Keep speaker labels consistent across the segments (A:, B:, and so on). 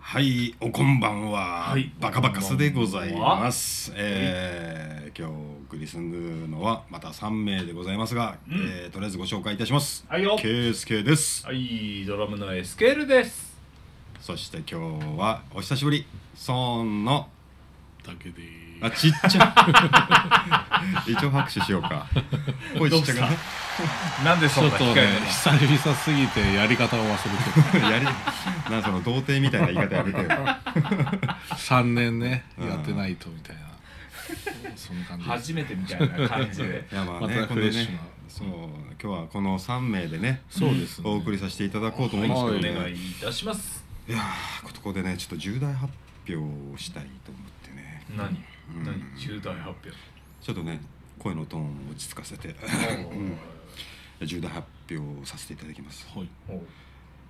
A: はい、おこんばんは、
B: はい
A: バカバカスでございます。えー、今日お送りするのはまた3名でございますが、
B: うん
A: えーとりあえずご紹介いたします。
B: はいよ
A: ケイスケです。
B: はいドラムのエスケールです
A: そして今日はお久しぶり、ソーンの、
C: だけで
A: あ、ちっちゃ。 一応拍手しようか。声ちっちゃくね。
B: なんで
C: ち
B: そ
C: ょ
B: ん
C: っ
B: な
C: と
B: 控
C: ね
B: えるの
C: 久々すぎてやり方を忘れて
A: やり、なんかその童貞みたいな言い方やめてよ。
C: た3年ね
A: うん
C: やってないとみたいなそんな感じです
B: 初めてみたいな感じ で
A: いやまあ
C: ま
A: ね、
C: た
A: この
C: フレッシュ
A: ね
C: な、
A: そう、今日はこの3名でね、
C: そうですね
A: お送りさせていただこうと思うんです
B: お
A: けどね。
B: 願いいたします
A: いやーここでねちょっと重大発表をしたいと思ってね
B: 何
A: うん
B: 何重大発表
A: ちょっとね声のトーンを落ち着かせて 重大発表をさせていただきます
C: はい
B: おう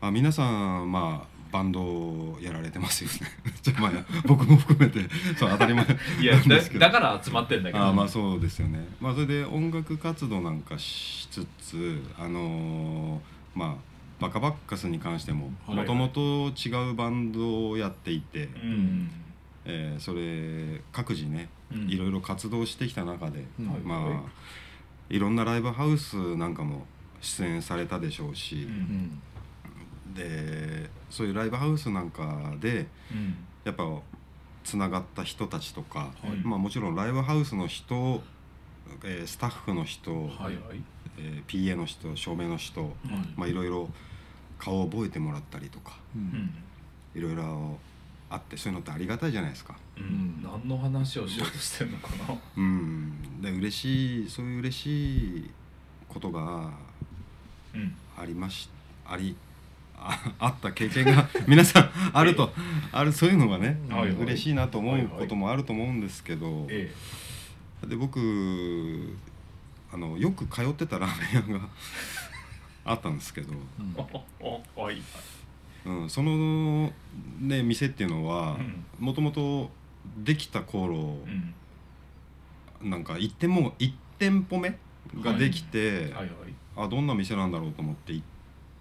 A: あ皆さんまあバンドをやられてますよね じゃあまあ僕も含めてそう当たり前
B: いや
A: なんですけど
B: だだから集まってんだけど
A: あーまあそうですよね、まあ、それで音楽活動なんかしつつあのーまあバカバッカスに関しても
C: はい
A: もともと違うバンドをやっていて、
B: うん
A: えーそれ各自ね
B: うん
A: いろいろ活動してきた中で、
C: うんはい
A: まあ、、
B: はい
A: ろんなライブハウスなんかも出演されたでしょうし
B: う、
C: うんん
A: でそういうライブハウスなんかで
B: うん
A: やっぱつながった人たちとか、
B: はい
A: まあ、もちろんライブハウスの人、えースタッフの人、
B: はいはい
A: えー PA の人照明の人、
B: うん
A: まあ、いろいろ顔を覚えてもらったりとか
C: う
B: うんん
A: いろいろあってそういうのってありがたいじゃないですか。
B: うん
C: うん
B: 何の話をしようとしてんのかな
A: うん、で嬉しいそういう嬉しいことが
B: うん
A: ありましあり ああった経験が皆さん あるとあるそういうのがね、
B: はいはい
A: 嬉しいなと思う
B: はいはい
A: こともあると思うんですけど、
B: え
A: で僕あのよく通ってたラーメン屋が あったんですけど、
C: うん
B: えおおはい
A: うん、その、ね、店っていうのは
B: うん
A: もともとできた頃
B: うん
A: なんか1店も1店舗目ができて、
B: はいはい
A: あどんな店なんだろうと思って行っ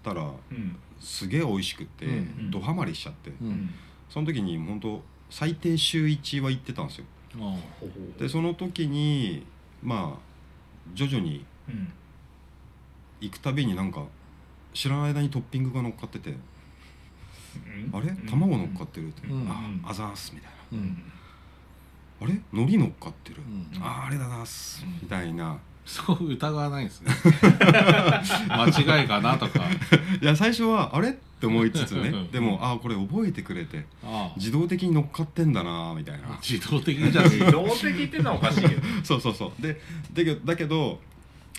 A: たら
B: うん
A: すげえ美味しくて、
C: うん
A: ドハマりしちゃって、
C: う
B: うんん
A: その時に本当最低週1は行ってたんですよ
C: あ
B: ほほ
A: でその時にまあ徐々に
B: うん
A: 行くたびになんか知らない間にトッピングが乗っかってて「あれ卵乗っかってる」って「
C: うん
A: ああざーす」みたいな
B: う
C: う
B: んん
A: 「あれ海苔乗っかってる」
C: うん
A: あーあれだなーす
B: うん
A: みたいな
C: そう疑わないです ね間違いかなとか
A: いや最初はあれって思いつつね
C: うん
A: でもああこれ覚えてくれて
C: あ
A: 自動的に乗っかってんだなーみたいな
C: あ自動的じゃ
B: 自動的ってのはおかしいけど
A: そうそうそうでだけどだけど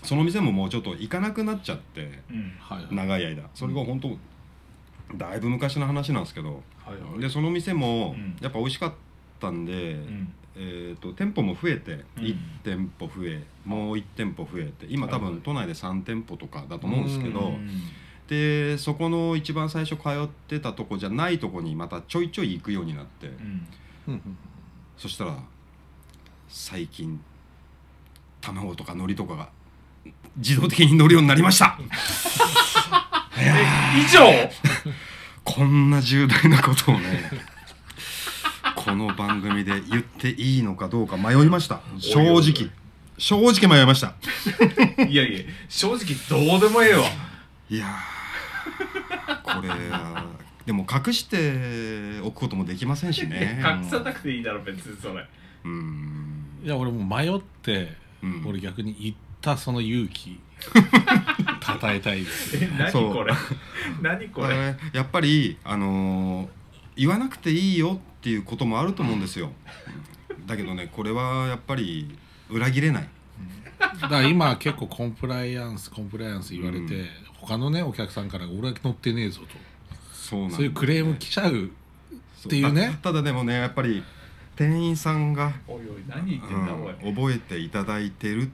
A: その店ももうちょっと行かなくなっちゃって
B: うん
C: はいはい
A: 長い間それが本当だいぶ昔の話なんですけど
B: はいはい
A: でその店も
B: うん
A: やっぱ美味しかったんで、
B: うん
A: えー、と店舗も増えて
B: うん
A: 1店舗増えもう1店舗増えて今多
B: はいは
A: 分
B: い
A: 都内で3店舗とかだと思うんですけ
C: う
A: どでそこの一番最初通ってたとこじゃないとこにまたちょいちょい行くようになって
B: うん
C: うんうん
A: そしたら最近卵とか海苔とかが自動的に乗るようになりました
B: え以上
A: こんな重大なことをねこの番組で言っていいのかどうか迷いました正
B: おいおい
A: 直正直迷いました
B: いやいや正直どうでもええわ
A: いやーこれはでも隠しておくこともできませんしね
B: 隠さなくていいだろ別にそれ
A: うーん
C: いや俺もう迷って
A: うん
C: 俺逆に言ったその勇 気称えたいです
B: え何
A: そう
B: これ何こ
A: こ
B: れ
A: れやっぱりあのー言わなくていいよっていうこともあると思うん ですよだけどねこれはやっぱり裏切れない
C: だから今結構コンプライアンスコンプライアンス言われて、
A: うん
C: 他のねお客さんから「俺は乗ってねえぞ
A: そうなん
C: と」
A: だ
C: そういうクレーム来ちゃうっていうね
A: たただでもねやっぱり店員さんが、
B: おいおい何言ってんだおい
A: うん覚えていただいてる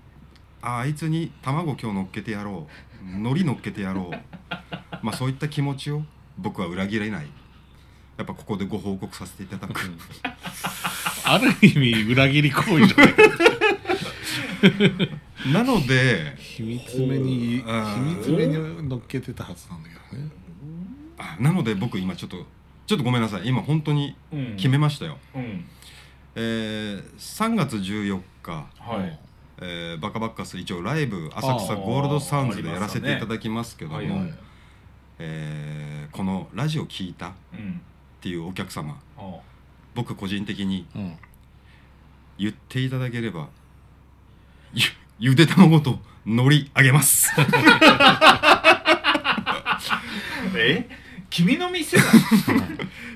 A: ああいつに卵今日乗っけてやろう海苔乗っけてやろう まあそういった気持ちを僕は裏切れないやっぱここでご報告させていただく
C: ある意味裏切り行為じゃないか
A: なので
C: 秘密めに
A: あー
C: 秘密めに乗っけてたはずなんだけどね
A: あなので僕今ちょっとちょっとごめんなさい今本当に
B: うん
A: 決めましたよ、
B: うん
A: えー3月14日、
B: はい
A: えーバカバッカス一応ライブ浅草ゴールドサウンズでやらせていただきますけども、
B: はいはい
A: えーこのラジオ聞いたっ
B: うん
A: ていうお客様
B: あ
A: 僕個人的に
C: うん
A: 言っていただければゆゆで卵と海苔あげます
B: え君の店だ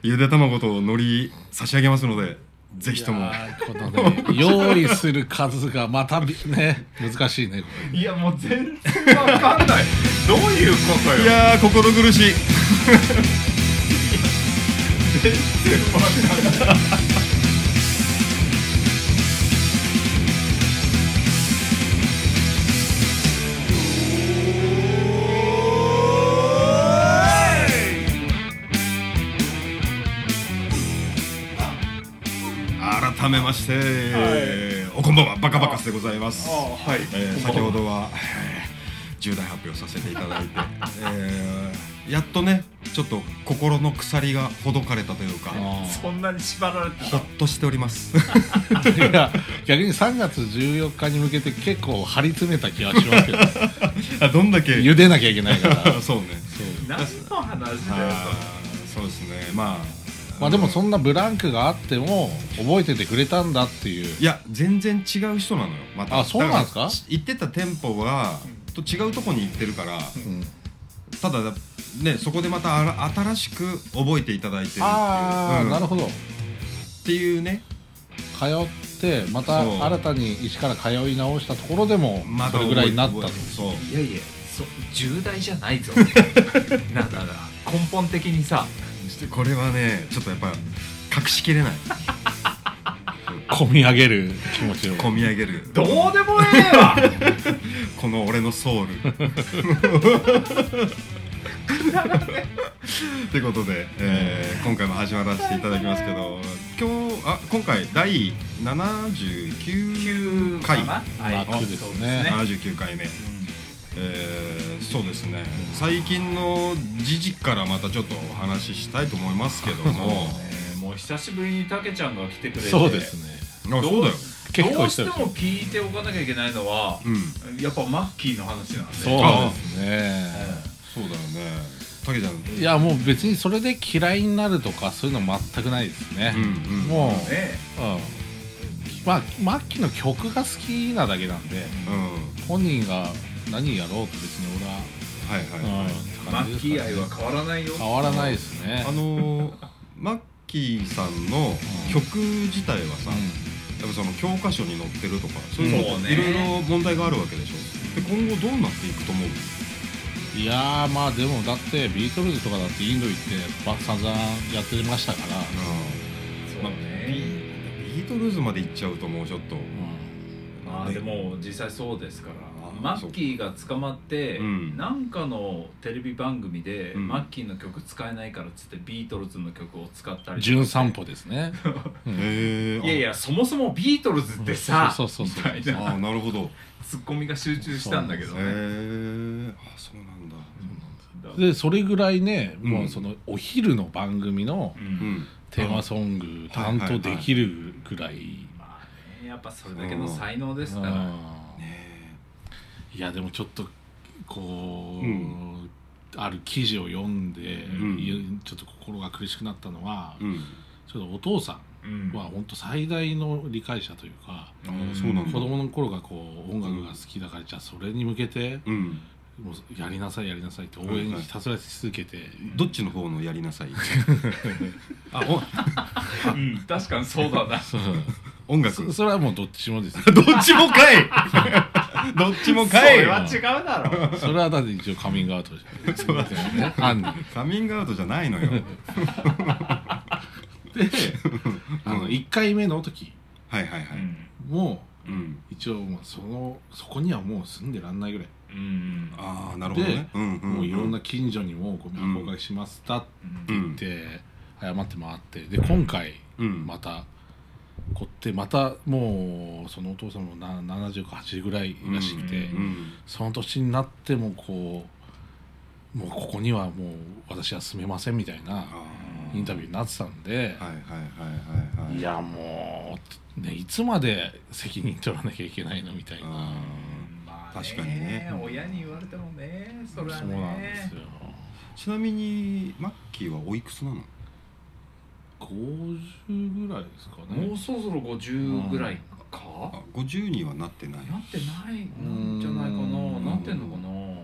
A: ゆで卵と海苔差し上げますのでぜひと
C: い
A: も
C: やーこのね用意する数がまたびね難しいねこれ
B: いやもう全然わかんないどういうことよ
A: いやー心苦しい
B: 全然わかんない
A: 改めまして、おこんばんはバカバカスでございます
B: あ、はい
A: えー先ほどは、えー重大発表させていただい て、えーやっとねちょっと心の鎖がほどかれたというか
B: そんなに縛られて
A: ほ
B: た
A: っとしております
C: いや逆に3月14日に向けて結構張り詰めた気がしますけど
A: あどんだけ
C: 茹でなきゃいけないから
A: そうね
C: そう
B: 何の話だよ
A: あーそうですねまあ
C: まあでもそ
A: の
C: んなブランクがあっても覚えててくれたんだっていう
A: いや全然違う人なのよまた
C: あそうなんですか
A: だら行ってた店舗はと違うとこに行ってるから
C: うん
A: ただねそこでまたあら新しく覚えていただいてるっていう
C: ああ、
A: うん
C: なるほど
A: っていうね
C: 通ってまた
A: そう
C: 新たに一から通い直したところでも
A: ま
C: そ
A: だ
C: れぐらいになったと、
A: そう
B: いやいやそ重大じゃない ぞなあなあなあ根本的にさ
A: これはねちょっとやっぱ隠しきれない
C: 込み上げる気持ちを
A: 込み上げる
B: どうでもええわ
A: この俺のソウルということで、えー今回も始まらせていただきますけど今日あ今回第79
B: 9
A: 回
B: かな
C: まあ
B: はい
C: 九ですね
B: そう
A: 79回目、えーそうですね最近の時事からまたちょっとお話ししたいと思いますけども
B: ねもう久しぶりにたけちゃんが来てくれて
C: そうですね
A: あそうだよ、
C: 結
B: ど
C: 構
B: うして
C: 久
B: も
C: 々
B: 聞いておかなきゃいけないのは
A: うん、
B: やっぱマッキーの話なんで
C: そう
A: あ
C: ですね
A: そうだよねたけちゃん
C: いやもう別にそれで嫌いになるとかそういうの全くないですね、
A: うんうん
C: もう、
B: うんね
C: うんまあ末期の曲が好きなだけなんで
A: うん
C: 本人が何やろうと別に
A: はいはい
C: 俺は、うん
A: はい、
C: っ
B: マ
C: て感じ
B: ッ
C: です
B: キ
C: かね
B: ー愛は変わらないよ
C: 変わらないですね
A: あのー、マッキーさんの曲自体はさ、やっぱその教科書に載ってるとかそういう
B: そう
A: の
B: ね
A: いろいろ問題があるわけでしょで今後どうなっていくと思う
C: うんいやーまあでもだってビートルズとかだってインド行ってば散々やってましたから、
B: そ
A: ま
B: う
A: あ
B: ね
A: ビートルズまで行っちゃうともうちょっと
C: うん
B: まあでも実際そうですから
A: あ
B: マッキーが捕まって
A: うん
B: なんかのテレビ番組で
A: うん
B: マッキーの曲使えないからっつってビートルズの曲を使ったり
C: 純散歩ですね、うん
A: へえ
B: いやいやそもそもビートルズってさ
C: そうそうそうそう
B: みたい
A: あ
B: な
A: あなるほどへ
B: ツッコミが集中したんだけど
A: え
B: ね
A: あそうなんだ
B: だ
C: でそれぐらいね、
A: うん
C: もうそのお昼の番組の
B: う
A: うんん
C: テーマソング担当できるぐらい、
B: まあねやっぱそれだけの才能ですから
C: うん
A: ね
C: いやでもちょっとこう、
A: うん
C: ある記事を読んで、
A: ん
C: いやちょっと心が苦しくなったのは、
A: えうん
C: ちょっとお父さ
B: うん
C: んは本当最大の理解者というか、
A: ああそうなんだ
C: 子供の頃がこう音楽が好きだから、じゃあそれに向けて、
A: うん
C: もうやりなさいやりなさいって応援ひたすらし続け て、
A: どっちの方のやりなさいあ
B: うん確かにそうだな
C: そう
A: お音楽
C: そ それはもうどっちもですよ
A: どっちもかい どっち も
B: そ
A: かい
B: れは違うだ ろ
C: それはだって一応カミングアウトじゃんそうだね案に
A: カミングアウトじゃないのよ
C: であの1回目の時
A: はいはいは
B: う
A: い、
B: ん
C: も
A: うん、
C: う一応もうそのそこにはもう住んでらんないぐらい、
B: うん
A: ああなるほどね、うんうん
C: もういろんな近所にもご迷惑おかけしましたっ
B: う
A: うんん
C: て謝って回ってで今回
A: うん
C: またこってまたもうそのお父さんもな70か80ぐらいらしくて、
B: うん
A: うん
C: その年になってもこうもうここにはもう私は住めませんみたいな
A: あー
C: インタビューになってたんで、
A: はいはいはいはいはい
C: いやもう、ね、いつまで責任取らなきゃいけないのみたいな
A: あ
B: ま
A: 確かにね
B: 親に言われてもねそれは
C: そうなんです
B: ね
C: よ
A: ーちなみにマッキーはおいくつなの
C: 50ぐらいですか
B: も
C: ね
B: うそろそろ50ぐらいか
A: あ50にはなってない
B: なってないんじゃないか
C: うん
B: ななってんのかなうん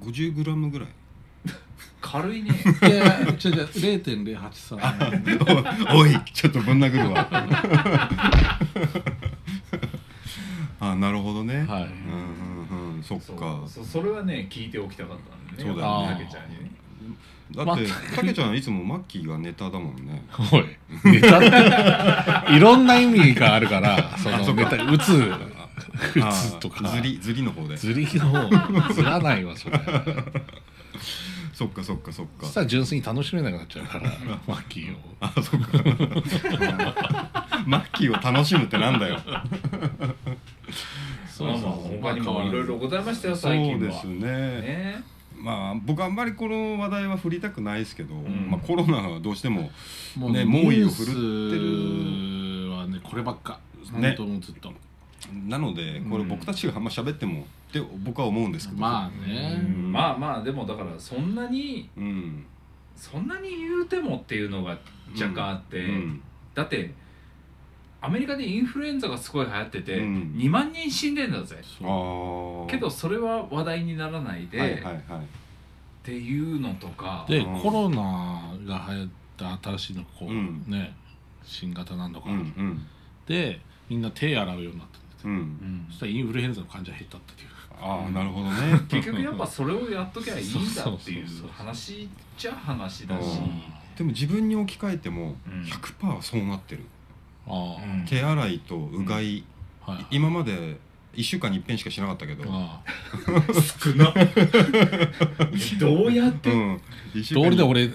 A: 50グラムぐ らい
B: 軽いね
C: いや違う違う0.083
A: おいちょっとぶん殴 るわあなるほどね、
C: はい
A: うんうんうんそっ
B: そう
A: か
B: そうそれはね聞いておきたかったんでね
A: そうだ
C: よね
B: たけちゃんにね
A: だってたけちゃんいつもマッキーがネタだもん ね
C: おいネタ っていろんな意味があるからそ
A: あそ
C: の
A: っか
C: ネタ打つ打
A: あ
C: つとか
A: ずりずりの方で
C: ずりの方ずらないわ それ
A: そっかそっかそっか
C: そしたら純粋に楽しめなくなっちゃう からマッキーを
A: あそっかマッキーを楽しむってなんだよ
C: そ
B: まあまあ他にもいろいろございましたよ
A: そう
B: 最近は
A: ですね
B: ね
A: まあ僕あんまりこの話題は振りたくないですけど、
B: ん
A: まあコロナはどうしても
C: も
A: ね猛威を振る
C: ニュースはねこればっか
A: ね
C: 本当もうずっと
A: なのでこれ
B: うん
A: 僕たちがあんま喋ってもって僕は思うんですけど、
C: まあね
A: うん
B: まあまあでもだからそんなに
A: うん
B: そんなに言うてもっていうのが若干あって、
A: うん
B: だってアメリカでインフルエンザがすごい流行ってて、
A: うん
B: 2万人死んでんだぜ
A: あー
B: けどそれは話題にならないで、
A: はいはいはい
B: っていうのとか
C: で
A: うん
C: コロナが流行った新しいのこ
A: う
C: う、
A: ん
C: ね新型なんとか、
A: うんうん
C: でみんな手洗うようになったんです
A: う
C: よ、
A: ん
B: うん
C: そしたらインフルエンザの患者減ったっていう
A: ああなるほどね
B: 結局やっぱそれをやっときゃいいんだってい
C: そうそうそう
B: う
C: そう
B: 話じゃ話
A: う
B: だし、
A: んでも自分に置き換えても
B: うん
A: 100%そうなってる、
C: ああ、
B: うん
A: 手洗いとうがい、
C: はい
A: 今まで1週間に一遍しかしなかったけど、うん
C: ああ
B: 少な どうやって、
A: 一週
C: 道
A: 間に
C: 理で俺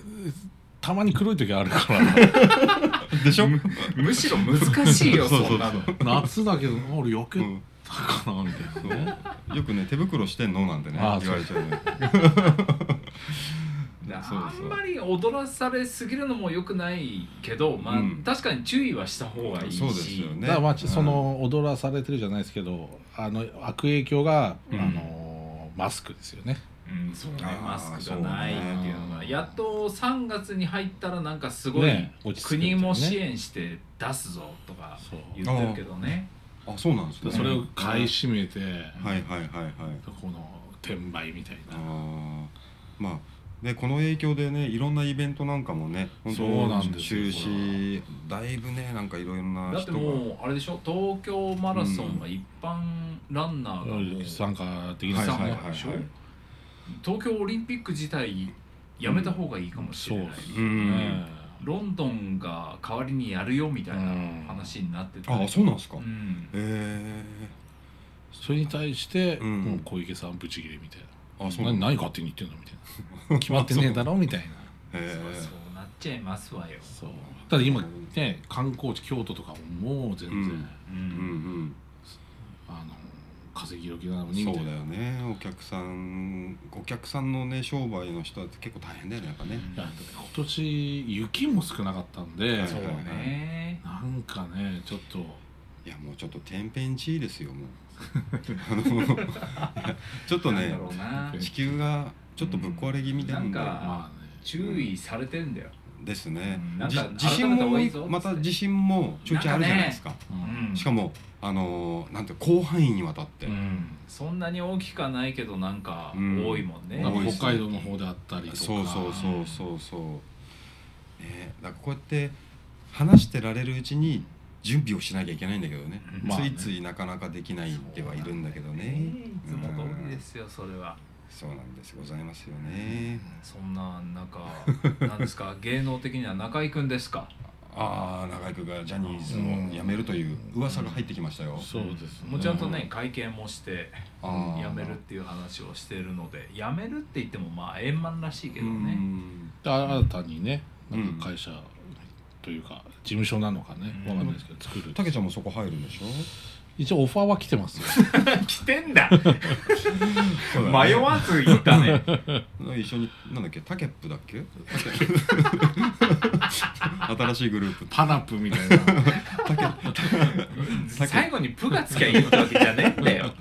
C: たまに黒い時あるから
A: でしょ、
B: むむしろ難しいよ
A: そ
B: そう
A: そうそうん
B: なの
C: 夏だけど俺避
A: う
C: け
A: ん
C: たかなみたいなね、
A: よくね手袋してんのなんてね
C: あー
A: 言われちゃうね
B: だ
A: そう
B: あ
A: そうん
B: まり踊らされすぎるのも良くないけど、まあ
A: うん
B: 確かに注意はした方がいいし
A: そうですよね
C: だからまあ、
A: うん
C: その踊らされてるじゃないですけどあの悪影響が、
B: うん
C: あのマスクですよね
B: うん、そうね
A: あー
B: マスクがないっていうの
C: そう
B: が
C: ね
B: やっと3月に入ったらなんかすごい、
C: ね落ち着くんです
B: 国
C: よね
B: も支援して出すぞとか
C: そう
B: 言ってるけどね
A: あそうなんですね
C: それを買い占めて、
A: はいはいはいはい
C: この転売みたいな
A: あーまあでこの影響でねいろんなイベントなんかもね本
C: そうなん
A: 当
C: ですよ
A: 中止だいぶねなんかいろいろな
B: だって
A: 人が
B: もうあれでしょ東京マラソンは一般ランナーがもう、東
C: 参加でき
A: は
C: ない
A: は
C: いです
A: い
C: ね、
A: はい
B: でしょ
A: はい
B: 京オリンピック自体やめた方がいいかもしれない、
C: そう
A: う、
C: うんん
B: ロンドンが代わりにやるよみたいな話になってて、
A: ああそうなんですか、
B: うん
A: ええ
C: それに対して、
A: うん
C: もう小池さんブチギレみたい
A: ー、あそう
C: な
A: なん
C: 何
A: だ
C: 何勝手に言ってんのみたいな決まってねえだろみたいな
A: へ
B: そう
A: え
B: そうなっちゃいますわよ、
C: そうただ今ね観光地京都とかももう全然、
A: うんう
B: う
A: んう
B: ん
A: ん
C: あの風邪気ろきなのに
A: そ
C: み
A: う
C: たい
A: だ
C: な
A: よねお客さんお客さんのね商売の人って結構大変だよねやっぱね
C: いや今年雪も少なかったんで、
A: はい
B: そうね
C: なんかねちょっと
A: いやもうちょっと天変地異ですよ もうあのいやちょっと
B: なん
A: ね
B: だろうな
A: 地球がちょっとぶっ壊れ気味なんで、
B: うんなんか
C: まあね
B: 注意されてんだよ
A: ですね
B: う、んなんか
A: じ
B: 改めた
A: 地震
B: 方がいい
A: も
B: ぞ
A: また地震もちょいちょいあるじゃないですか
C: う
B: うんん
A: しかもあのーなんて広範囲にわたって、
C: うん
B: そんなに大きくはないけどなんか
A: うん
B: 多いもんね、
A: 多いです
C: 北海道の方であったりとか
A: そうそうそうそうそうねだからこうやって話してられるうちに準備をしなきゃいけないんだけどね,、
C: まあね
A: ついついなかなかできないではいるんだけどね
B: いつも通りですよそれは、
A: そうなんですございますよね
B: そんな中なんですか芸能的には中居君ですか
A: ああ中居君がジャニーズを辞めるという噂が入ってきましたよ、
C: そうですね
B: もうちゃんとね会見もして
A: あー
B: 辞めるっていう話をしているので辞めるって言ってもまあ円満らしいけど
A: う
B: ね
A: ん
C: で新たにね
A: う
C: なんんか会社というか事務所なのかね
B: うん
C: わかんないですけど作る
A: たけちゃんもそこ入るんでしょ
C: 一応オファーは来てますよ
B: 来てんだ
A: そうだね
B: 迷わず言ったね
A: 一緒になんだっけタケップだっけ新しいグループ
C: パナップみたいな
B: 最後に「プ」がつきゃいいってわけじゃねえんだよ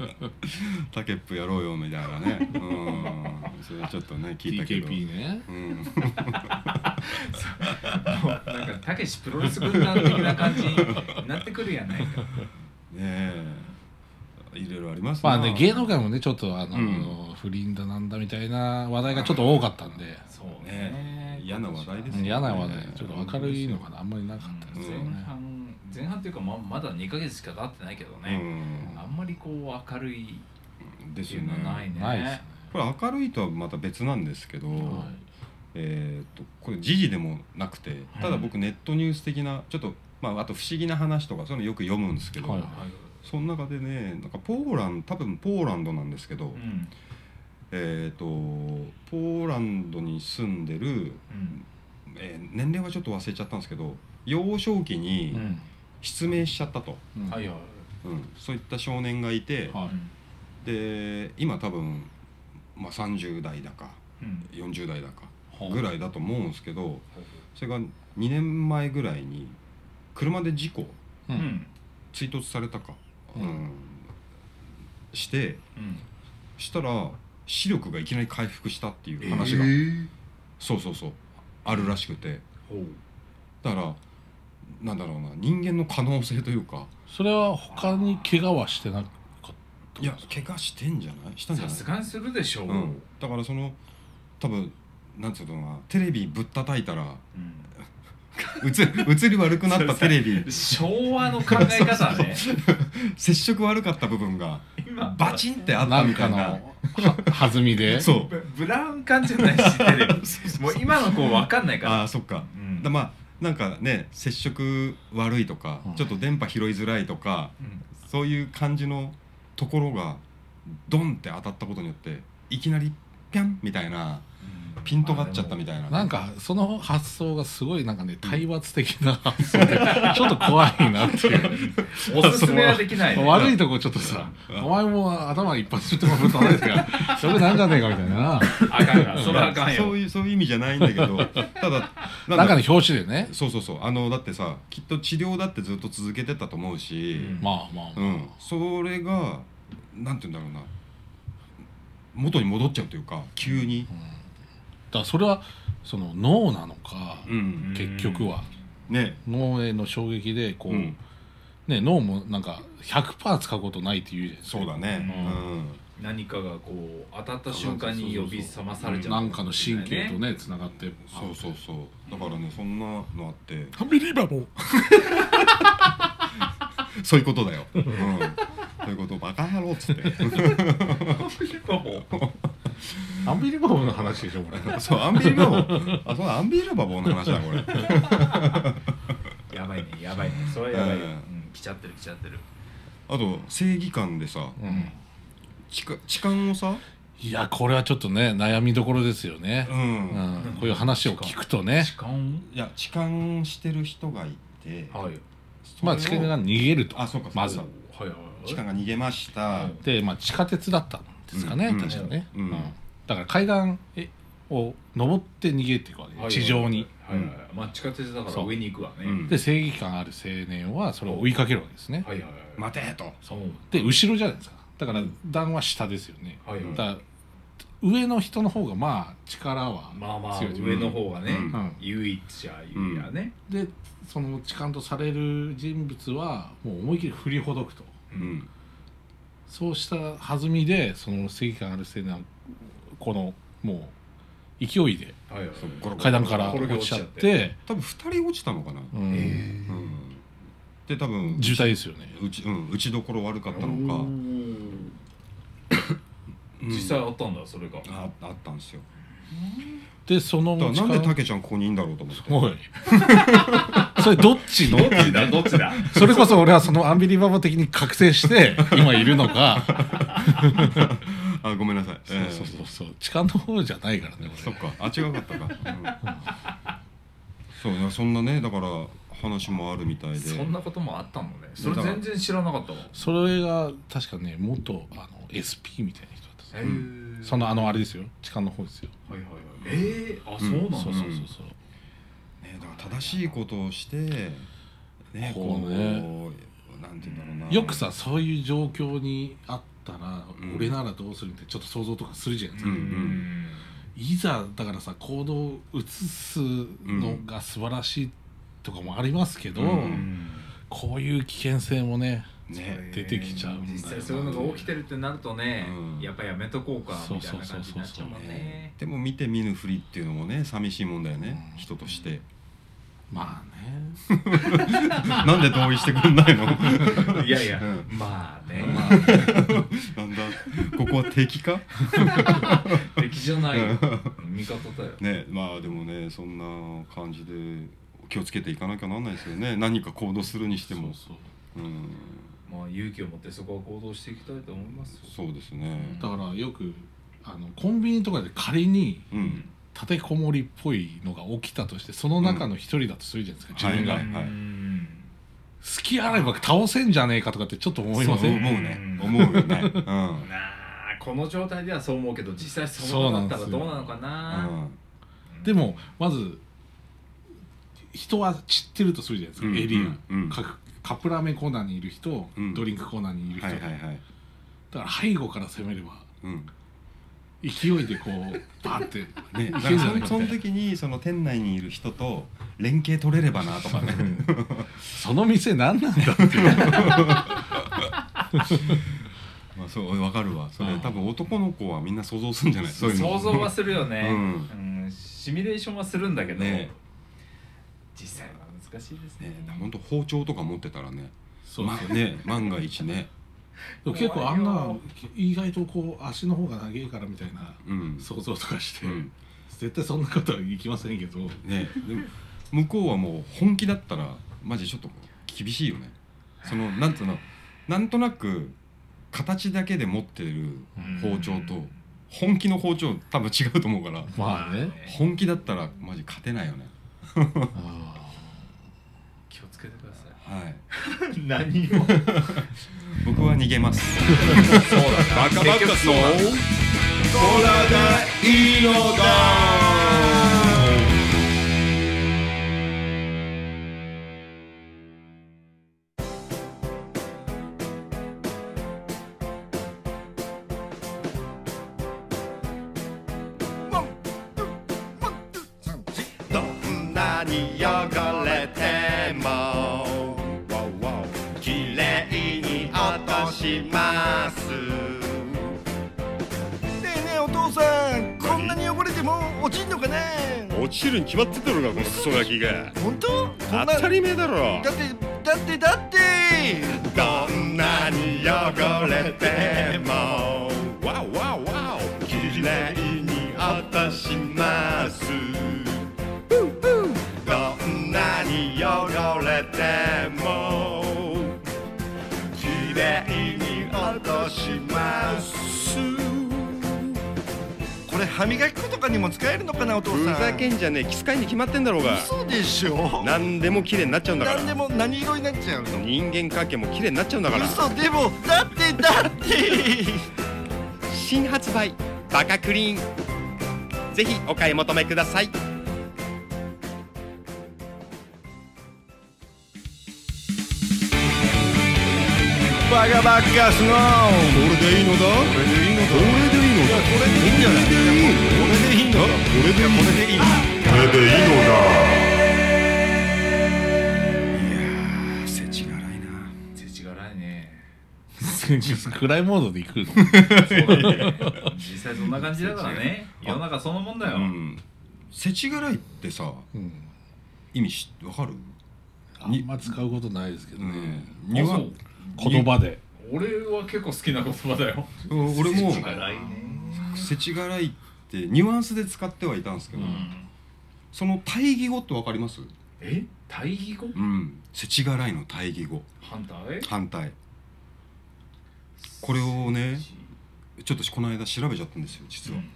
A: タケップやろうよみたいなねうんそれちょっとね聞いたけど、
C: TKP ね
A: うん、
B: もうなんかたけしプロレス軍団的な感じになってくるやないか
A: ねえいろいろあります
C: まあね芸能界もねちょっとあの、
A: うん
C: 不倫だなんだみたいな話題がちょっと多かったんで
B: そう
A: ね嫌な話題です
C: 嫌な話題
A: ね
C: ちょっと明るいのかなあんまりなかったですよ
B: 前
C: ね、
B: 半前半というかままだ2ヶ月しか経ってないけどね、あんまりこう明るい
A: うん、で
B: って
A: す
B: い
A: よ
B: うの
A: ね
B: はないね
C: ないですね
A: これ明るいとはまた別なんですけど、
C: は
A: えー、とこれ時事でもなくてただ僕ネットニュース的なちょっと、まあ、あと不思議な話とかそういうのよく読むんですけど、
C: はい
B: はい
A: その中でねなんかポーランド多分ポーランドなんですけど、
B: うん
A: えー、とポーランドに住んでる、
B: うん
A: えー年齢はちょっと忘れちゃったんですけど幼少期
C: う
A: に
C: ん
A: 失明しちゃったと、
C: うん
B: はいはい
A: うんそういった少年がいて、
C: はい
A: で今多分、まあ、30代だか
B: うん
A: 40代だか
B: うん
A: ぐらいだと思うんですけど
B: う
A: それが2年前ぐらいに車で事故
C: うん
B: んうん
A: 追突されたか、
C: う
A: うんんしてしたら視力がいきなり回復したっていう話が、
B: え
A: そうそうそうあるらしくて
B: ほう
A: だからなんだろうな人間の可能性というか
C: それは他に怪我はしてなかった
A: いや怪我してんじゃないしたんじゃ
B: さ
A: ない
B: すがにするでしょう、
A: うん、だからその多分なんつうのかなテレビぶったたいたら
B: うん
A: 映 映り悪くなったテレビ
B: 昭和の考え方 ね
A: 接触悪かった部分が
B: 今
A: バチンってあった
C: なん
A: みた
C: か
A: い
C: の
A: な
C: は弾みで
A: そう
B: ブブラウン管じゃないしテレ ビもう今の子分かんないから
A: あーそっか
B: うん
A: だまあなんかね接触悪いとか、
C: うん
A: ちょっと電波拾いづらいとか
B: うん
A: そういう感じのところがドンって当たったことによっていきなりピャンみたいなピントがっちゃったみたいな、
C: なんかその発想がすごいなんかね体罰的な発想でちょっと怖いなっていう
B: おすすめはできないね、
C: 悪いとこちょっとさ
A: うん
C: お前も頭一発してもぶっ飛んですがそれなんじゃねえかみた いな
B: あかんからそれはあかんよ
A: そういうそういう意味じゃないんだけどただなん
C: なんか
A: か
C: ね表紙でね
A: そうそうそうあのだってさきっと治療だってずっと続けてたと思うし、
B: うん
C: まあまあ
A: うんそれがなんて言うんだろうな元に戻っちゃうというか急に、
C: うんだからそれはその脳なのか
A: うん
B: ん
C: 結局は
A: ね
C: 脳への衝撃でこう
A: うん
C: ね脳もなんか100%使うことないっていうじゃないですか
A: そうだね、
B: うん
A: うん
B: 何かがこう当たった瞬間に呼び覚まされちゃう
C: なんかの神経とねつながって
A: そうそうそうだからねそんなのあって
C: アンビリーバボー
A: そういうことだよ、うん、そういうことバカ野郎っつって
C: アンビリーバボーの話でしょこれ
A: そうアンビリバボーあそうだアンビリバボーの話だこれ
B: やばいねやばいねそれやばいよ、
A: うん
B: うん、来ちゃってる来ちゃってる
A: あと正義感でさ
C: うん
A: 痴漢痴漢をさ、
C: いやこれはちょっとね悩みどころですよね
A: う、ん
C: うんこういう話を聞くとね
B: 痴漢はい
A: や痴漢してる人がいて
B: いはい
A: それ
C: ま
A: を
C: あ痴漢が逃げると
A: あそうか
C: まず
A: そう
B: はいは
A: か
B: い
A: 痴漢が逃げました、
B: うん
C: で、まあ、地下鉄だったんですかね、
A: うん
C: 確かね、
A: うん
C: だから階段えを登って逃げていくわけ、
B: はいはい
C: 地上に、
B: はいはいはいまあ地下鉄だから上に行くわね、
A: うん
C: で正義感ある青年はそれを追いかけるわけですね、
B: はいはいはい
A: 待てと
B: そう
C: で後ろじゃないですかだから段は下ですよね、
B: はいはい
C: だから上の人の方がまあ力は
B: まあまあ
C: 強い
B: 上の方がね、
A: うん
C: うん
B: 唯一や唯やね、
C: でその痴漢とされる人物はもう思い切り振りほどくと
A: うん
C: そうした弾みでその正義感ある青年はこのもう勢いで
B: はいはいはい
A: そうゴロゴロ
C: 階段から
B: 転
C: 落
B: げ落ち
C: ちち
B: ちゃ
C: ゃっ、
B: って
A: 多分二人落ちたのかな、
C: う
A: うん
B: え
A: で多分
C: 渋滞ですよね
A: うち、うん、打ちどころ悪かったの
B: お
A: か、う
B: ー
A: ん
B: 実際あったんだそれが、
A: ああったんですよ
C: でその
A: だからなんで
C: 力
A: たけちゃんここにいんだろうと思って
C: おい それどっちの
B: どっちだどっちだ
C: それこそ俺はそのアンビリバボー的に覚 醒して今いるのか
A: あごめんなさい
C: そうそうそうそう痴漢の方じゃないからね
A: えーそ
C: 俺
A: っかあ違うかったか、うん、そうねそんなねだから話もあるみたいで
B: そんなこともあったのねそれ全然知らなかったわ
C: それが確かね元あの SP みたいな人だったんですよ
B: へー
C: そのあのあれですよ痴漢の方ですよ
B: はいはいはいえー、あそうなんだ、
C: そうそうそうそう
A: ねだから正しいことをしてね
C: こうね
A: こうなんて言うんだろうな
C: よくさそういう状況にあったら、
A: うん
C: 俺ならどうするってちょっと想像とかするじゃないですか、
A: うん
B: うん
C: いざだからさ行動を移すのが素晴らしいとかもありますけど、
A: うん
C: こういう危険性もね
A: ね
C: 出てきちゃうんだよな
B: 実際そういうのが起きてるってなるとね、
A: うん
B: やっぱやめとこうか
C: そう
B: みた
C: そ
B: いうな
C: そう
B: 感じに
C: そうそう
B: なっちゃうもんね
A: でも見て見ぬふりっていうのもね寂しいもんだよね、
C: うん
A: 人として
C: まあね
A: なんで同意してくんないの
B: いやいや、
A: うん
B: まあね、
C: まあね
A: なんだここは敵か
B: 敵じゃないよ味方だよ
A: ねまあでもねそんな感じで気をつけていかなきゃなんないですよね何か行動するにしても
C: そうそう
A: うん
B: まあ勇気を持ってそこは行動していきたいと思いますよ
A: そうですね
C: だからよくあのコンビニとかで仮に
A: うん、
C: 立てこもりっぽいのが起きたとしてその中の一人だとするじゃないですか、
A: うん
C: 自分が、
A: はいはい
B: うん
C: 隙あれば倒せんじゃねえかとかってちょっと思いま
A: そ
C: せ
A: うん思うね思うよね うん
B: なあこの状態ではそう思うけど実際そ
C: そうう
B: な
C: な
B: っ
C: ん
B: た
C: で
B: ら
C: すよ
B: どうなのかな
C: でもまず人は散ってるとするじゃないですか、
A: うん
C: エリア、
A: うんうん
C: 各カップラーメンコーナーにいる人、
A: うん
C: ドリンクコーナーにいる人、
A: はいはいはい
C: だから背後から攻めれば
A: うん
C: 勢いでこうバーって
A: ね、だ
C: い
A: か
C: け
A: ら
C: るんじゃない
A: そ
C: か
A: その
C: みたいな
A: 時にその店内にいる人と連携取れればなとかね
C: その店何なんだって
A: まあそうわかるわそれ
C: うん
A: 多分男の子はみんな想像するんじゃないそういうの
B: 想像はするよね、
A: う
B: うんシミュレーションはするんだけど、
A: ね
B: 実際は難しいですね
A: ね本当包丁とか持ってたらね
C: そう
A: まね万が一ね
C: でも結構あんな意外とこう足の方が長いからみたいな
A: うん
C: 想像とかして、
A: うん
C: 絶対そんなことはいきませんけど
A: ねでも向こうはもう本気だったらマジちょっと厳しいよねそのなんつうのなんとなく形だけで持ってる包丁と本気の包丁多分違うと思うから
C: まあね
A: 本気だったらマジ勝てないよね
B: 気をつけてください
A: はい
B: 何を
A: 僕は逃げますそうだバカバカそういいのだ
D: どんなに汚れても綺麗に落とします
E: ねえねえお父さんこんなに汚れても落ちんのかね
D: 落ちるに決まってたろがこのクソガキが
E: 本当こんな
D: 当たり前だろ
E: だってだってだって
D: どんなに汚れてもわおわおわお綺麗に落としますどんなに汚れても綺麗に落とします
E: これ歯磨き粉とかにも使えるのかなお父
D: ふ
E: さん
D: ざけんじゃねえキスいに決まってんだろうが
E: 嘘でしょ
D: 何でも綺麗になっちゃうんだから
E: 何でも何色になっちゃうの
D: 人間関係も綺麗になっちゃうんだから
E: 嘘でもだってだって
D: 新発売バカクリーンぜひお買い求めください
E: バカバカスノー
D: これでいいのだこれでいいのだこれでいい
E: これでい
D: のだ
E: いんじゃないこれでいいんだこれでいいこれでいい
D: これでいいの
A: いやー世知辛いな
B: 世知辛いね
C: 暗いモードで行くの
B: そうだね実際そんな感じだからね世の中そのもんだよ、
A: うん世知辛いってさ
C: うん
A: 意味しわかる
C: あんま使うことないですけどね、
A: ニュア
B: あ
A: ン
B: そう
C: 言葉で
B: 俺は結構好きな言葉だよ
A: うん俺も
B: 世知辛いね
A: 世知辛いってニュアンスで使ってはいたんですけ
B: う
A: ど、
B: ん
A: その対義語ってわかります
B: え対義語
A: うん世知辛いの対義語
B: 反対
A: 反対これをねちょっとこの間調べちゃったんですよ実は、
B: うん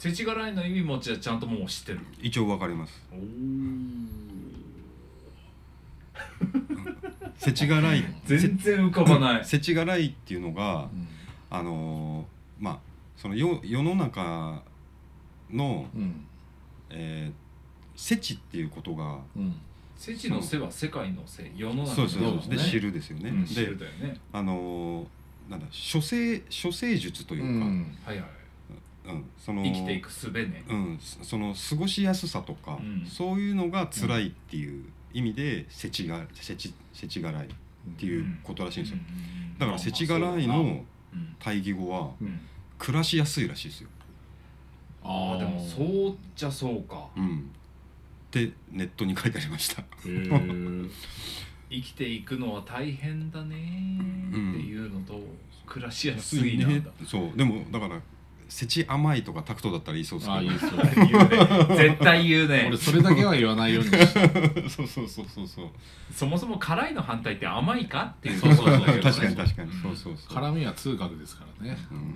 B: 世知辛いの意味もじゃあちゃんともう知ってる
A: 一応わかります
B: お
A: 世知辛い
B: 全然浮かばない
A: 世知辛いっていうのがあのーまあその世世の中の、
C: うん
A: えー世知っていうことが
C: うん
B: 世知の世は世界の世世の中
A: そう
B: の
A: そ
B: 世
A: う
B: だ
A: そう
B: も
A: ん
C: で
B: ね
C: す
A: で知るですよね、
C: うん
B: 知
A: で
B: るだよね
A: あのーなんだ処世処世術といううか、うん
C: ん
B: はいはい
A: その
B: 生きていく術ね
A: うん、そその過ごしやすさとか、
B: うん
A: そういうのが辛いっていう意味で世知が世知世知辛いっていうことらしいんですよ、だから世知辛いの
B: うん
A: 対義語は
B: うん
A: 暮らしやすいらしいですよ、
B: ああでも
C: う
B: そうじゃそうか
A: うん、ってネットに書いてありました
C: へー
B: 生きていくのは大変だね
A: うん
B: っていうのと暮らしやすいなんだ
A: そうでもだから世知甘いとかタクトだったら言いそうです
C: ああいいっすよ
B: 言うね絶対言うね
C: 俺それだけは言わないようにして
A: けど そうそうそうそうそう
B: そもそも辛いの反対って甘いかっていう
C: そうそうそう
B: ことだけどね
A: 確かに確かにそうそうそう
C: 絡みは通学ですからね
A: うん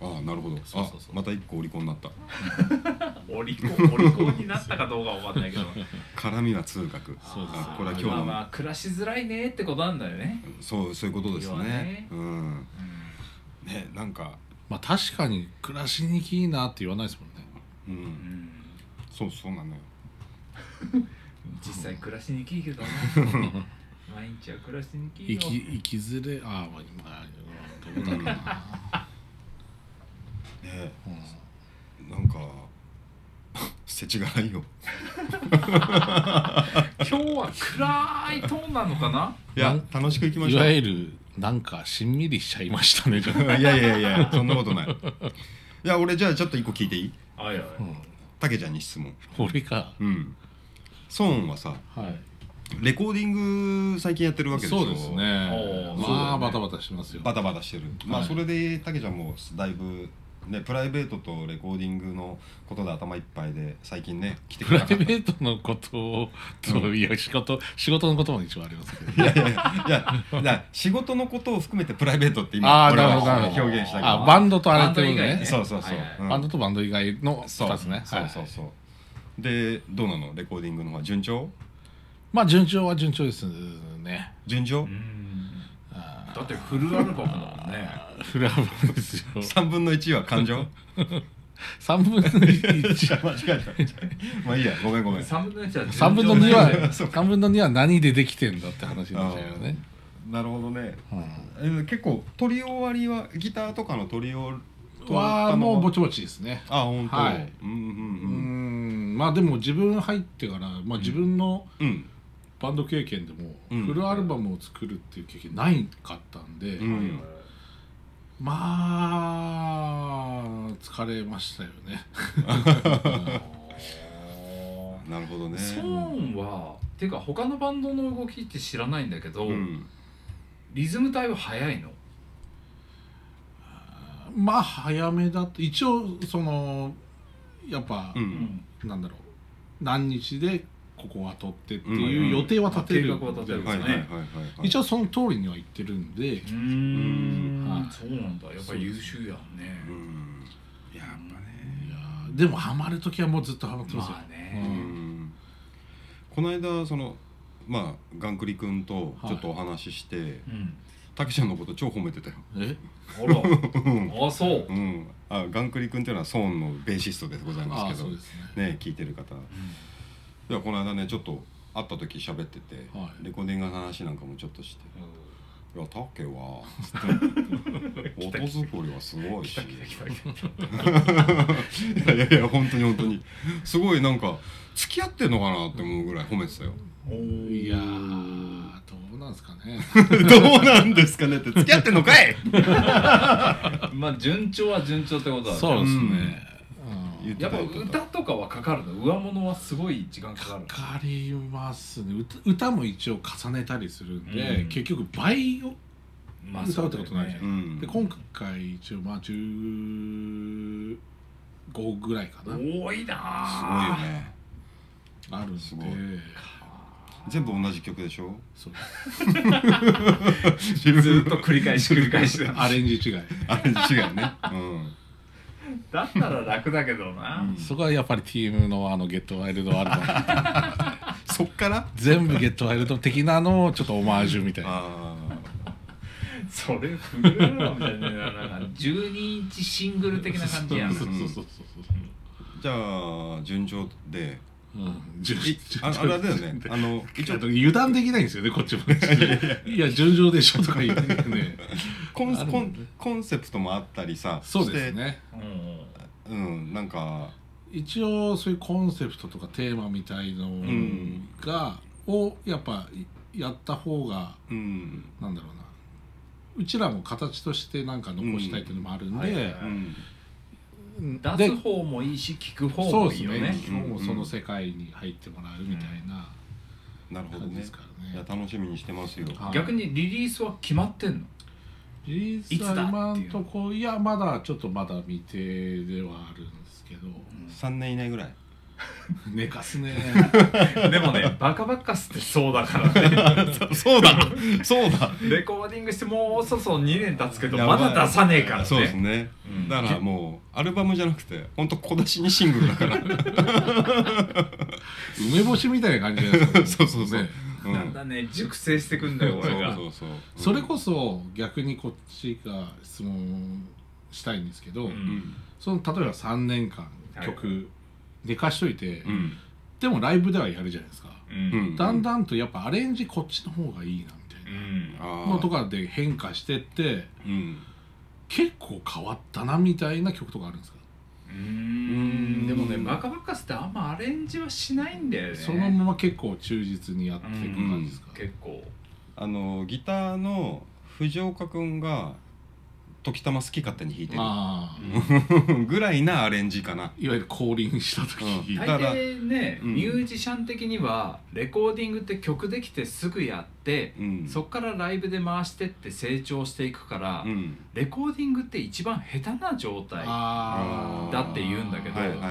A: ああなるほど
C: そうそうそう
A: あまた一個お利口になった
B: お利口お利口になったかどうかは分かんないけど
A: 絡みは通学
C: そうです
A: あこれは今
B: まあ
A: 日
B: ま
A: の
B: あ暮らしづらいねってことなんだよね
A: そうそういうことです
B: 要は
A: ね
B: ね
A: うんねなんか
C: まあ確かに暮らしにきいいなって言わないですもんね
A: う
B: うんん
A: そうそうなのよ
B: 実際暮らしにきいけ どな毎日は暮らしにきい
C: 生
B: よ
C: き生きづれああまあまあどうだろう な、
A: ね
C: うん
A: なんか 世知辛いよ
B: 今日は暗いトーンなのかない
A: や楽しくいきま
C: い
A: しょ
C: わ
A: う
C: ゆるなんかしんみりしちゃいましたねじゃあ
A: いやいやいやそんなことないいや俺じゃあちょっと一個聞いていい
B: あいやいや
C: うん
A: たけちゃんに質問
C: 俺か
A: うんソーンはさ
C: はい
A: レコーディング最近やってるわけでしょ
C: そうですね
B: おーそうだ
C: まあ
B: よね
C: バタバタしてますよ
A: バタバタしてる、まあ
C: はい
A: それでたけちゃんもだいぶねプライベートとレコーディングのことで頭いっぱいで最近ね来てく
C: プ
A: れ
C: ラ
A: なか
C: イ ベ
A: ったい
C: ートのことをと、
A: うん
C: いや仕事仕事のことも一応ありますけど
A: やいやいやいや仕事のことを含めてプライベートって今
C: あー
A: 俺は
C: なるほどなるほど
A: 表現したけ
C: あ
A: ど
C: バンドとあれってこと
B: バンド以外
C: ね
B: ね
A: そうそうそう、
B: はいはい
A: うん
C: バンドとバンド以外の
A: そう
C: 2つね
A: そうそうそう、でどうなのレコーディングの方は順調
C: まあ順調は順調ですね
A: 順調、
B: だってフルアルバムだもんね
C: フラブですよ
A: 三3分の1は 感情
C: 3分の1
A: 間違えたまあいいやごめんごめん
B: 3分の1は
C: 3分の2は
A: そう
C: 3分の2は何でできてんだって話になっちゃうよね
A: なるほどね
C: うん
A: え結構取り終わりはギターとかの取り終わり
C: はもうぼちぼちですね
A: あ本当、
C: はい
A: うんう
C: う
A: ん
C: んまあでも自分入ってから、まあ、自分の
A: うんうん
C: バンド経験でも
A: うん
C: フルアルバムを作るっていう経験ないかったんで、
A: うん
C: まあ疲れましたよね
A: なるほどね
B: ソーンはてか他のバンドの動きって知らないんだけど、
A: うん
B: リズム体は速いの
C: まあ早めだと一応そのやっぱ
A: う、
B: うん
C: なんだろう何日でここは撮ってって
A: うん
C: いう予定は立てるじゃ
B: 計画は立てる
C: ないで
A: はい
C: す
A: はい
C: か、
A: はいはいはい
C: 一応その通りには行ってるんで、
B: ん
C: はい
B: そうなんだやっぱ優秀やんね
A: うんやっぱね
C: いやーでもハマる時はもうずっとハマってますよ、
B: まあ
A: う
B: ね、
A: んこの間そのまあガンクリ君とちょっとお話しして
B: うん、
A: たけちゃんのこと超褒めてたよ
C: え
B: あらあそう
A: うんあガンクリ君っていうのはソーンのベーシストでござい
C: あ
A: ま
C: あ
A: すけ
C: そ
A: ど
C: うですね
A: ね聞いてる方ではこの間ねちょっと会った時喋ってて
C: はい
A: レコーディングの話なんかもちょっとしていや、タケ は、音作りはすごいし。いやいやいや、本当に本当に。すごいなんか、付き合ってんのかなって思うぐらい褒めてたよ。
B: お
C: いやーどうなんですかね
A: どうなんですかねって、付き合ってんのかい
B: まあ順調は順調ってことだね
C: そうですね、うん
A: 言って
B: やったぱ
A: 言って
B: 歌
A: た。
B: とかはかかるの上物はすごい時間かかるの
C: かかりますね歌歌も一応重ねたりするんで、
B: うん
C: 結局倍を、
B: ま
C: 歌うってことないじゃん
A: うん
C: で。今回一応まあ15ぐらいかな
B: 多
A: すごい
B: いな
A: よ
B: あ
A: ね。
C: あるんです
A: ごい全部同じ曲で しょ
C: そう
A: 自
B: ずーっと繰り返し繰り返し だ
C: アレンジ違い、
A: あれ違うね。 うん。
B: だったら楽だけどな、
C: そこはやっぱり TM のあの「ゲットワイルドアルバム
A: そっから
C: 全部「ゲットワイルド」的なのをちょっとオマージュみたいな
A: あ
B: それフルアルバムじゃねえななんか12インチシングル的な感じやん
C: そうそうそうそうそう
A: あ。じゃあ、順調で、
C: うん、順
A: いああれだよねあの一 応
C: 油断できないんですよねこっちもねいや順調でしょとか言ってね
A: コン
C: ある
A: コ
C: もんね
A: ンコンセプトもあったりさ
C: そうですね
B: うん
A: してうんなんか
C: 一応そういうコンセプトとかテーマみたいの
A: ん
C: が、をやっぱやった方が
A: うん
C: なんだろうなうちらも形としてなんか残したいっていうのもあるんで、
B: うんはいはいは
A: う
B: い
A: ん
C: うん
B: 出
C: です
B: 方もいいし聞く方
C: そう
B: も
C: で
B: い
C: す
B: いよ
C: ね
B: ね
C: 基本もその世界に入ってもらうみたいな
A: なるほど
C: 感じで
A: ね
C: すか
A: い
C: ら
A: や
C: ね、
A: 楽しみにしてますよ
C: はい
B: 逆にリリースは決まってんの
C: リリースはい
B: つだ
C: 今
B: ってい
C: ん
B: う
C: とこいやまだちょっとまだ未定ではあるんですけど、
A: 三年以内ぐらい
C: 寝かすね
B: でもね バカバカスってそうだからね
A: そうだそうだ
B: レコーディングしてもうそろそろ2年経つけど
A: やば
B: ま
A: い
B: だ出さねえからね
A: そうですね
B: うん
A: だからもうアルバムじゃなくてほんと小出しにシングルだから
C: 梅干しみたいな感じじゃないで すか
A: そうそうそう
C: ね
A: うん
B: なんだね熟成してくんだよ
A: そう
B: 俺が
A: そうそう
C: それこそ逆にこっちが質問したいんですけど、
A: う
B: う
A: んん
C: その例えば3年間
B: はい
C: 曲寝かしといて、
A: うん
C: でもライブではやるじゃないですか、
B: うん
A: うん
C: だんだんとやっぱアレンジこっちの方がいいなみた
B: う
C: い
B: ん
A: あ
C: な
A: ー
C: のとかで変化してって
A: うん
C: 結構変わったなみたいな曲とかあるんですか、
B: うーんでもねバカバカスってあんまアレンジはしないんだよね
C: そのまま結構忠実にやっていく感じですか、
B: 結構
A: あのギターの藤岡くんが時たま好き勝手に弾いて
C: ああ、
A: る ぐらいなアレンジかない
C: わゆる降臨した時、
A: うん
B: 大
A: ただ
B: 抵ね
A: うん
B: ミュージシャン的にはレコーディングって曲できてすぐやって
A: うん
B: そっからライブで回してって成長していくから
A: うん
B: レコーディングって一番下手な状態
C: ああ
B: だって言うんだけど
A: はいはいはい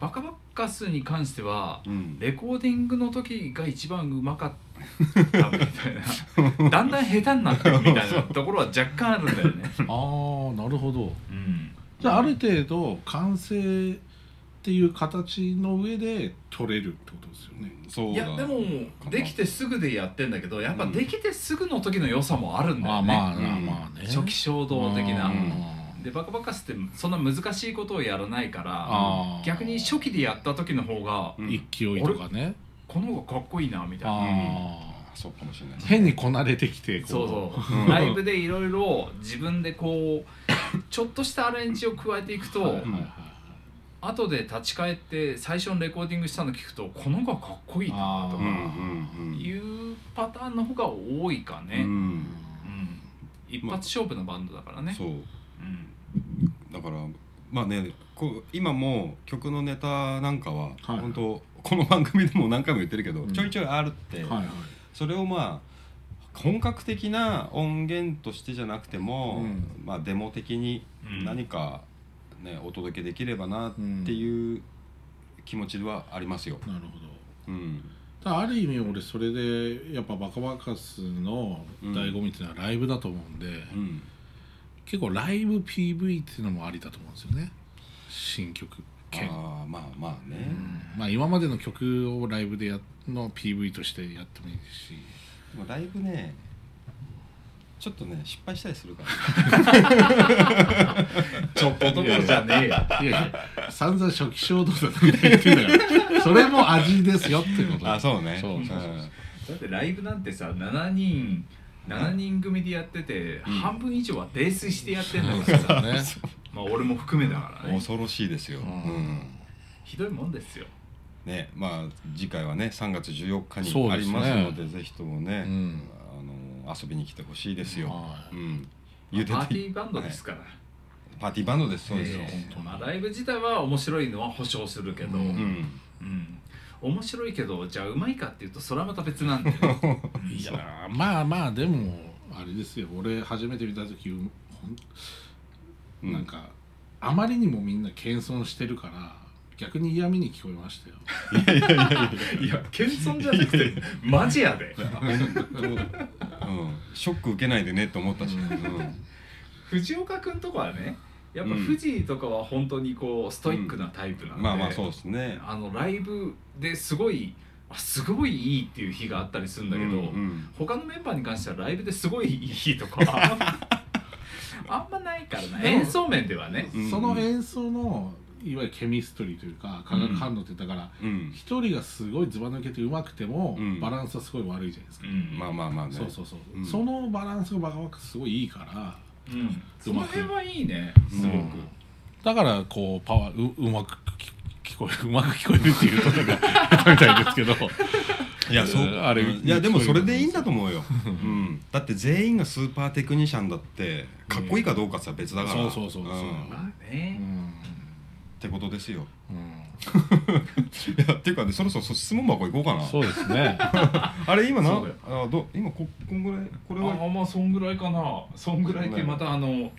B: バカバカスに関しては
A: うん
B: レコーディングの時が一番うまかったみたい なだんだん下手になってるみたいなところは若干あるんだよね、
C: あーなるほど
B: うん、
C: じゃあある程度完成っていう形の上で取れるってことですよね
A: そう
B: い
A: だ
B: やでもできてすぐでやってんだけどやっぱできてすぐの時の良さもあるんだよね、
A: うん
C: ね
B: 初期衝動的な、
C: あー
B: でバカバカスってそんな難しいことをやらないから
C: あー
B: 逆に初期でやった時の方が
A: うん
C: 勢いとかね
B: この方がかっこいいなみたいな
C: あ
A: あそうかもしれない
C: ー変にこなれてきてこ
B: そうそう、
A: うん
B: ライブでいろいろ自分でこうちょっとしたアレンジを加えていくと、
C: はいはいはい
B: 後で立ち返って最初のレコーディングしたの聞くとこの方がかっこいいなと
A: うんう
B: か
A: んうん
B: いうパターンの方が多いかね、
A: う
B: うん
A: ん
B: 一発勝負のバンドだからね、
A: そう
B: うん
A: だからまあねこう今も曲のネタなんかは、
C: はい
A: 本当この番組でも何回も言ってるけど、
C: うん
A: ちょいちょいあるって、
C: はいはい
A: それをまあ本格的な音源としてじゃなくても、
C: うん
A: まあデモ的に
B: うん
A: 何か、ねお届けできればなっていう気持ちはありますよ。
C: なるほど
A: うん
C: だからある意味俺それでやっぱバカバカスの醍醐味っていうのはライブだと思うんで、
A: うん
C: 結構ライブ PV っていうのもありだと思うんですよね新曲兼
A: ああまあまあね、
C: まあ今までの曲をライブでやの PV としてやってもいいですし
A: でもライブねちょっとね失敗したりするから、
B: ちょっとどころじゃねえよ
C: いやいや散々初期衝動だとか言ってんだからそれも味ですよってこと
A: あそうね
C: そうそうそう
A: うん
B: だってライブなんてさ7人7人組でやってて、半分以上は泥酔してやってんだからさ、
C: ね
B: まあ俺も含めだからね
A: 恐ろしいですよ、
C: ん
A: うん
B: ひどいもんですよ
A: ねまあ次回はね3月14日
C: そう
A: に
C: ですね
A: ありますのでぜひともね、
C: うん
A: あの遊びに来てほしいですよ、
C: は
A: う
C: い
A: ん、
B: パ
A: ゆでて
B: ーティーバンドですから、
A: パーティーバンドですそうですよ、
B: ええまあ、ライブ自体は面白いのは保証するけど、
C: う
A: うんん
B: うん面白いけどじゃあうまいかっていうとそれはまた別なん で、ね、
C: いやーまあまあでもあれですよ俺初めて見た時ほん
A: うん
C: なんかあまりにもみんな謙遜してるから逆に嫌味に聞こえましたよ
B: いや謙遜じゃなくてマジやで
A: うん、ショック受けないでねって思ったし、うん
B: 藤岡君とかはねやっぱ藤井とかは本当にこうストイックなタイプなんで、
A: まあまあそうですね
B: あのライブですごいあすごいいいっていう日があったりするんだけど、
A: うんうん
B: 他のメンバーに関してはライブですごいいい日と かあんまないからね演奏面ではね
A: うん
C: その演奏のいわゆるケミストリーというか化学反応ってだから
A: うん
C: 一、人がすごいずば抜けてうまくても、
A: うん
C: バランスはすごい悪いじゃないですか、
B: うん
A: まあまあまあね
C: そうそうそう、
A: うん
C: そのバランスがバカバカすごいいいから
B: うんその辺はいいねすごく、
C: うんだからこうパワーううまく聞聞こえるうまく聞こえるっていうことが みたいです けど
A: いやそう
C: あれ
A: いやでもそれでいいんだと思うよ、うん、だって全員がスーパーテクニシャンだってかっこいいかどうかさ別だから、
C: そうそうそうそうん
A: っ
B: まあね、
C: うん
A: てことですよ
C: うん
A: いやっていうかねそろそろ質問箱行こうかな
C: そうですね
A: あれ今な
B: そうだよ
A: あど今ここんぐらいこれ
B: あ
A: は
B: まあそんぐらいかなそんぐらいってまたあの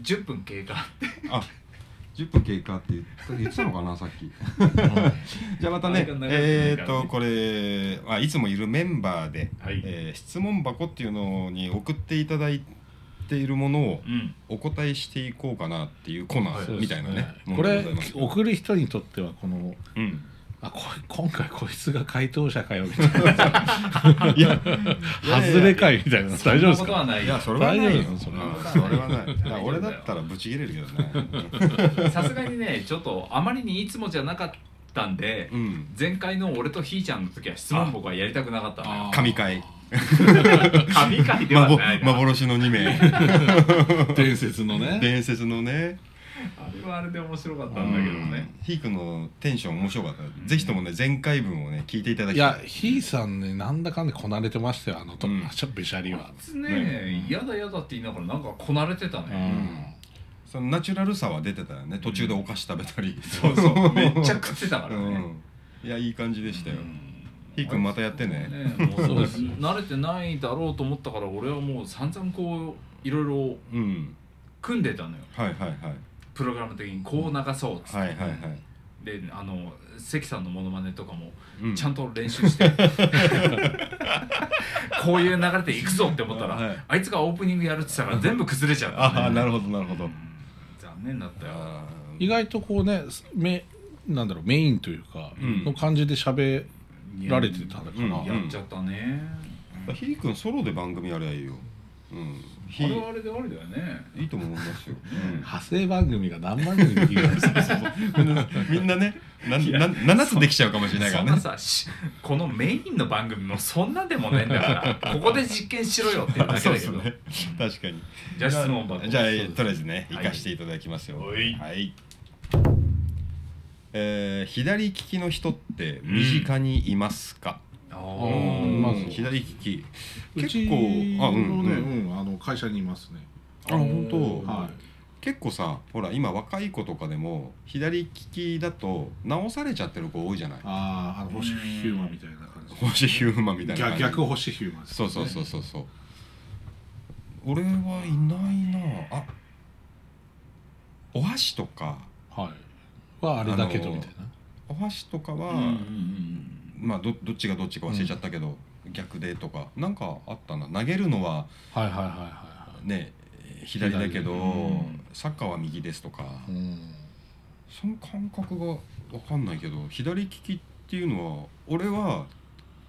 B: 10分経過
A: あ10分経過って言った言ってたのかなさっき じゃあまたね
B: あれが長くなるからね
A: えっ、ー、とこれあいつもいるメンバーで、
B: はい
A: えー質問箱っていうのに送っていただいているものを
B: うん
A: お答えしていこうかなっていうコーナーみたいなね
C: こ
A: ものでご
C: れ
A: ざいます
C: 送る人にとってはこの
A: うん
C: あこ今回こいつが回答者かよみたいな
A: いや
C: 外れかいみたいな大丈夫です
B: そんなことは
C: か
B: ないい
A: やそれはないよ
C: 大丈夫なの
A: それはない いや俺だったらブチ切れるけどね
B: さすがにねちょっとあまりにいつもじゃなかったんで、
A: うん
B: 前回の俺とひーちゃんの時は質問僕はやりたくなかったのよ
C: あ
A: 神回
B: 神回では
A: まぼ
B: ないな、
A: 幻の2名
C: 伝説のね
A: 伝説のね
B: あれはあれで面白かったんだけどね、
A: ヒークのテンション面白かったぜひともね前回分をね聞いていただ
C: い
A: きた
C: や
A: い
C: ひいさんねなんだかんだこなれてましたよあのと、
A: うん
C: あちょべしゃりは
B: あいつね嫌、だ嫌だって言いながらなんかこなれてたね、
A: そのナチュラルさは出てたよね途中でお菓子食べたり
B: そうそうめっちゃ食ってたからね、
A: うんいやいい感じでしたよヒー
B: く
A: ク
B: ん
A: またやってね
B: もう
C: そうです
B: 慣れてないだろうと思ったから俺はもう散々こういろいろ
A: うん
B: 組んでたのよ
A: はいはいはい
B: プログラム的にこう流そうっつって、
A: はいはいはい
B: であの関さんのモノマネとかも
A: う
B: ちゃんと練 習して、こういう流れでいくぞって思ったら、
A: はい
B: あいつがオープニングやるって言ったから全部崩れちゃった、
A: ああなるほどなるほど
B: 残念だったよ
A: あ
C: 意外とこうねめなんだろうメインというか、
A: うん
C: の感じで喋られてたから、
A: うん
B: やっちゃったね、
A: ーヒーくんソロで番組やりゃいいようんヒ
B: あれは
A: ー
B: あれでありだよね
A: いいと思いますよ、うん
C: 派生番組が何番組で聞いたんですか
A: みんなね、な
B: や
A: な7つできちゃうかもしれないか
B: そん
A: ら
B: な
A: ね。
B: さしこのメインの番組もそんなでもねえんだからここで実験しろよっていうだ け
A: そう
B: だ
A: で
B: け
A: す
B: ど、
A: ね。確かに。
B: じゃあ質問箱
A: じゃあ、
B: そう
A: え
B: です
A: とりあえずね、
B: は
A: 行
B: い
A: かしていただきますよ。
B: はい
A: えー左利きの人って身近にいますか。
B: あ
A: う
B: ー
A: ん
C: まず
A: 左利き。
C: う
A: 結
C: ち
A: 構
C: のね、
A: あ
C: あ
A: う
C: うんん
A: う
C: あの会社にいますね、
A: あ、本当。
C: は
A: 結構さ、ほら、今若い子とかでも、左利きだと直されちゃってる子多いじゃない
C: い、。あああの星ヒューマンみたいな感じ
A: 星ヒューマンみたいな感
C: 逆
A: じ。
C: 逆星ヒューマンです
A: そ
C: ね、
A: うそうそうそうそう。俺はいないなあ。お箸とか、
C: はいはあれだけどみたいな、
A: お箸とかは、
B: うんうんうん
A: まあどどっちがどっちか忘れちゃったけど、逆でとかなんかあったな。投げるのは
C: はいはいはいはいは
A: ね左だけど、
B: 左うん
A: サッカーは右ですとか、
C: いうん
A: その感覚がわかんないけど、左利きっていうのは俺は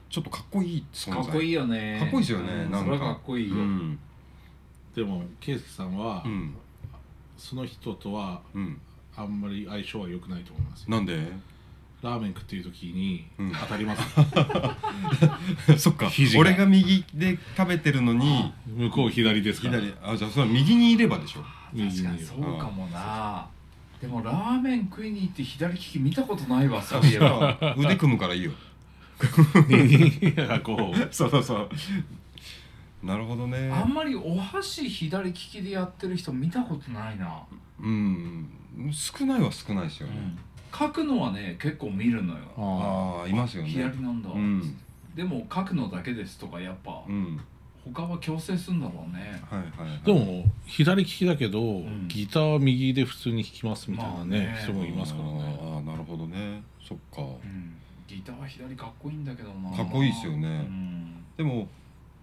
A: ちょっとかっこいい存
B: か
A: 在。
B: っこいい
A: い。
B: よね
A: かっこいいですよね
B: う
A: な
B: ん
A: んか
B: それはかっこいいうよ、
A: ん
C: でも圭介さんは、
A: うん
C: その人とは
A: うん。
C: あんまり相性は良くないと思いますよ
A: なんで？
C: ラーメン食ってる時に
A: うん
C: 当たります、
A: そっか
C: 肘が
A: 俺が右で食べてるのに
C: 向こう左ですから
A: 左あじゃあそれは右にいればでしょ
C: 右
B: 確かにそうかもなでもラーメン食いに行って左利き見たことないわ そういえば
A: 腕組むからいいよ
C: 右が こう
A: そうそうそうなるほどね
B: あんまりお箸左利きでやってる人見たことないな、
A: うん少ないは少ないですよね、
B: 書くのはね結構見るのよ
C: あ
A: ああいますよね
B: 左なんだ、
A: うん
B: でも書くのだけですとかやっぱ、
A: うん
B: 他は強制するんだろうね
A: はいはい、はい、
C: でも左利きだけど、
B: ん
C: ギター右で普通に弾きますみたいなね,、
B: まあね
C: 人もいますから
A: あ
C: ね
A: ーあーなるほどねそっか
B: うんギターは左かっこいいんだけどな
A: かっこいいですよね
B: うん
A: でも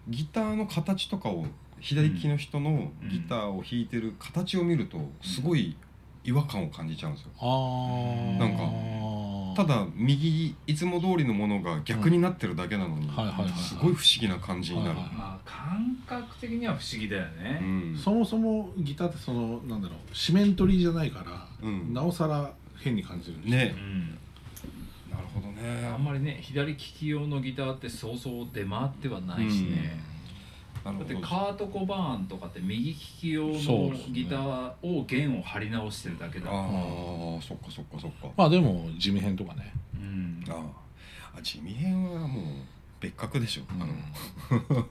A: ギターの形とかを左利きの人の
B: うん
A: ギターを弾いてる形を見るとすごい違和感を感じちゃうんですよ
C: あー
A: なんかただ右いつも通りのものが逆になってるだけなのに、
C: はいはいはいはい
A: すごい不思議な感じになる、
C: はいはい
B: まあ感覚的には不思議だよね、
A: うん
C: そもそもギターってそのなんだろう四面取りじゃないから、
A: うん
C: なおさら変に感じるんですよ
A: ね
B: うん
A: なるほどね
B: あんまりね左利き用のギターってそうそう出回ってはないしね、
A: なるほ
B: だって
A: ど
B: カート・コバーンとかって右利き用の
C: そうですね
B: ギターを弦を張り直してるだけだから
A: ああそっかそっかそっか
C: まあでも地味編とかね
B: うん
A: あーあ地味編はもう別格でしょ、あの
B: あれがかっ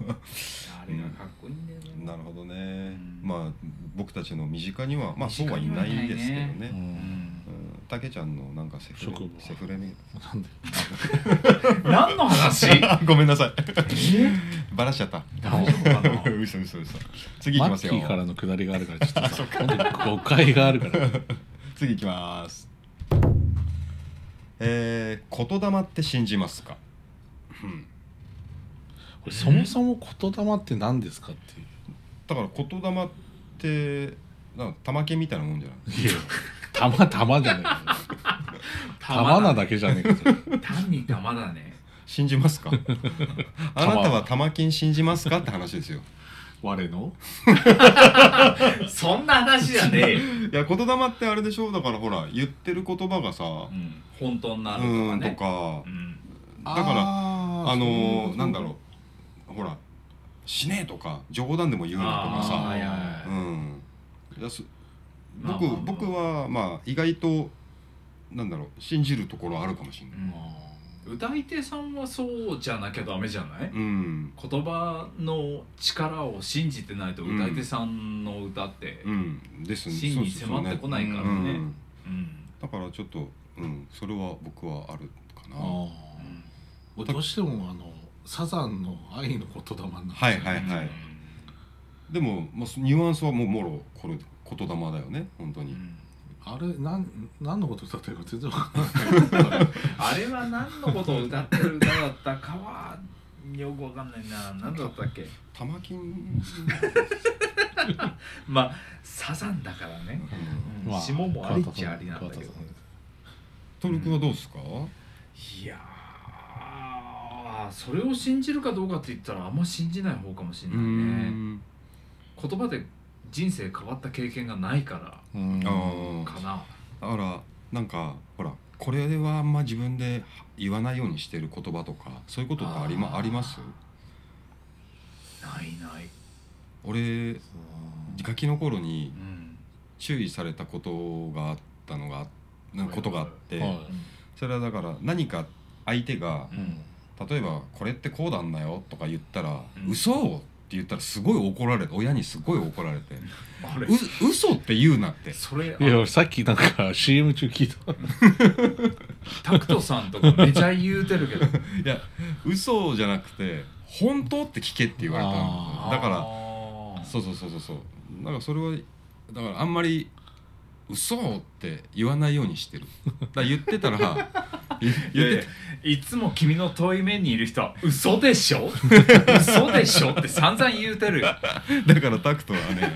B: こいいんだよね
A: なるほどね
B: ん
A: まあ僕たちの身近にはまあそうはいないですけど
B: 身近には
A: ね
C: う
A: うん
C: ん
A: たけちゃんのなんかセフレ
C: 職業
A: セフレに
C: なんで
B: 何の話
A: ごめんなさいバラしちゃった
B: 大丈夫か な
A: 嘘嘘嘘次行き
C: マ
A: ま
C: ッ
A: す
C: キ
A: よ
C: ーからの下りがあるからちょ っとさ本当に誤解があるから
A: 次行きますえー、言霊って信じますか
C: これそもそも言霊って何ですかっていう
A: だから言霊ってなんか玉剣みたいなもんじゃない
C: いやたまたま じゃねえかたまなだけじゃねえかそれ
B: 単に玉だね
A: 信じ ますかあなたは玉金信じますかって話ですよ
C: 我の
B: そんな話じゃねえよ、
A: いや言霊ってあれでしょだからほら言ってる言葉がさ
B: うん、本当に
A: う
B: なると
A: ー
B: か
A: んと
B: ね
A: か
B: うん
A: だから
C: あー
A: あの
C: そういうこと
A: ーなんだろうほら死ねえとか冗談でも言うなとか
B: あーはい
A: さ
B: はいは
A: う
B: い
A: んいやす
B: まあ
A: 僕
B: まあまあ
A: 僕はまあ意外となんだろう信じるところあるかもしれない
B: 歌い手さんはそうじゃなきゃダメじゃない
A: うん
B: 言葉の力を信じてないと歌い手さんの歌って、
A: うんですね
B: 真に
A: そうそうそうね
B: 迫ってこないからね
A: うん
B: うん
A: だからちょっとうんそれは僕はあるかな
C: あー俺どうしてもあのサザンの愛の言霊なんです
A: は
C: よ
A: いはいはいでも、まあ、そニュアンスはもうもろこれ言霊だよね本当
B: う
A: に、
B: ん
C: あれなん何のことだったか全然わかんない
B: あれは何のことを歌ってる歌だったかはよくわかんないな何だったっけ
A: 玉 金
B: まあサザンだからね、うん
C: まあ
B: 下もありっちゃありなんだけど
C: 桑田さんです
A: トルクはどうですか、
B: いやーそれを信じるかどうかって言ったらあんま信じない方かもしれ
A: う
B: ないね
A: ん
B: 言葉で人生変わった経験がないか
C: うん
A: あ
B: ら
A: ー
B: かな
A: だからなんかほらこれはあんま自分で言わないようにしてる言葉とかそういうことってあり,、ま、
B: あー
A: あります
B: ないない、
A: 俺ガキの頃に
B: うん
A: 注意されたことがあったのがなんかことがあって、
C: は
A: それはだから何か相手が
C: いうん
A: 例えば「これってこうなんだよ」とか言ったら「
B: うん
A: 嘘を!」って言ったらすごい怒られて親にすごい怒られて
B: あ
A: 「
B: れ
A: う嘘って言うな」って
B: それ
C: いや俺さっきなんか CM 中聞いた
B: タクトさんとかめちゃ言うてるけど
A: いや嘘じゃなくて「本当?」って聞けって言われたの
C: あ
A: だから
B: ら
A: そうそうそうそうそうだからそれはだからあんまり「嘘を!」って言わないようにしてるだから言ってた ら言言って
B: いつも君の遠い目にいる人は嘘で しょ嘘でしょって散々言うてるよ
A: だからタクトはね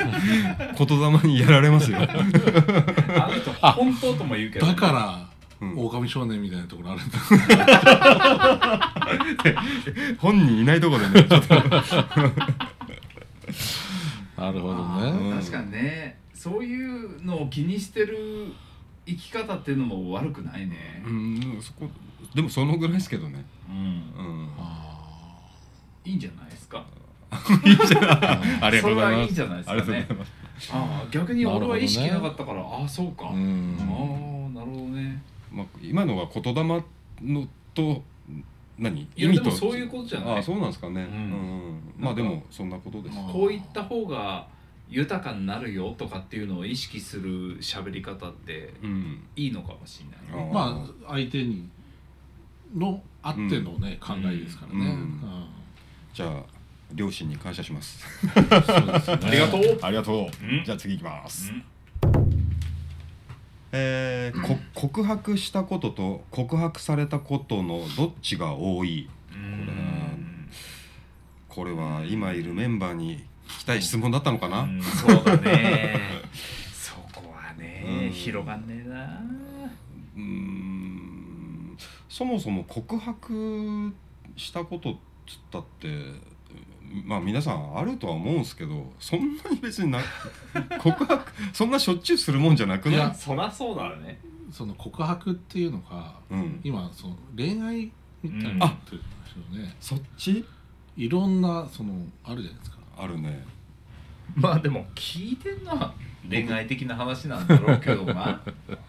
A: 言霊にやられますよ
B: あの人本当とも言うけどね、
C: だから
A: うん
C: 狼少年みたいなところあるんだ
A: 本人いないとこ でねちょっと
C: なるほ
B: あー
A: ね
B: 確かにねそういうのを気にしてる生き方っていうのも悪くないね
A: う、んそこでもそのぐらいですけどね
B: うん
A: うん
B: いいんじゃないですか
A: ありがとうございます
B: それはいいんじゃないですか
A: ありが
B: ね
A: とうございます
B: ああ逆に俺は意識なかったから、ああそうか、
C: う
B: ああ
C: ん
B: なるほどね
A: まあ、今のは言霊のと何
B: いや
A: 意味と
B: でもそういうことじゃない
A: あそうなんですかね、
B: う
A: うんん
B: な
A: まあ
B: んか
A: でもそんなことです、
C: まあ
B: こういった方が豊かになるよとかっていうのを意識する喋り方って
A: うん
B: いいのかもしれないね、
C: まあ相手にのあってのね考
B: ん
C: えですからね
A: うん
C: うん
A: じゃあ両親に感謝します。
C: そうですよね
B: ありがとう、
A: ありがと
B: うん
A: うじゃあ次行きます
B: う。ん
A: えー、こ告白したことと告白されたことのどっちが多い？
B: うん
A: これは今いるメンバーに聞きたい質問だったのかな？
B: うんそうだね そこはね、
A: うん
B: 広がんねえな
A: うーんそもそも告白したことっつったってまあ皆さんあるとは思うんですけどそん なに別にな告白そんなしょっちゅうするもんじゃなく
C: い
A: ない
C: や
B: そらそうだね
C: その告白っていうのが
A: うん
C: 今その恋愛みたいに
B: うん
C: なってるんですよね、
A: そっち
C: いろんなそのあるじゃないですか
A: あるね
B: まあでも聞いてんのは恋愛的な話なんだろうけ どな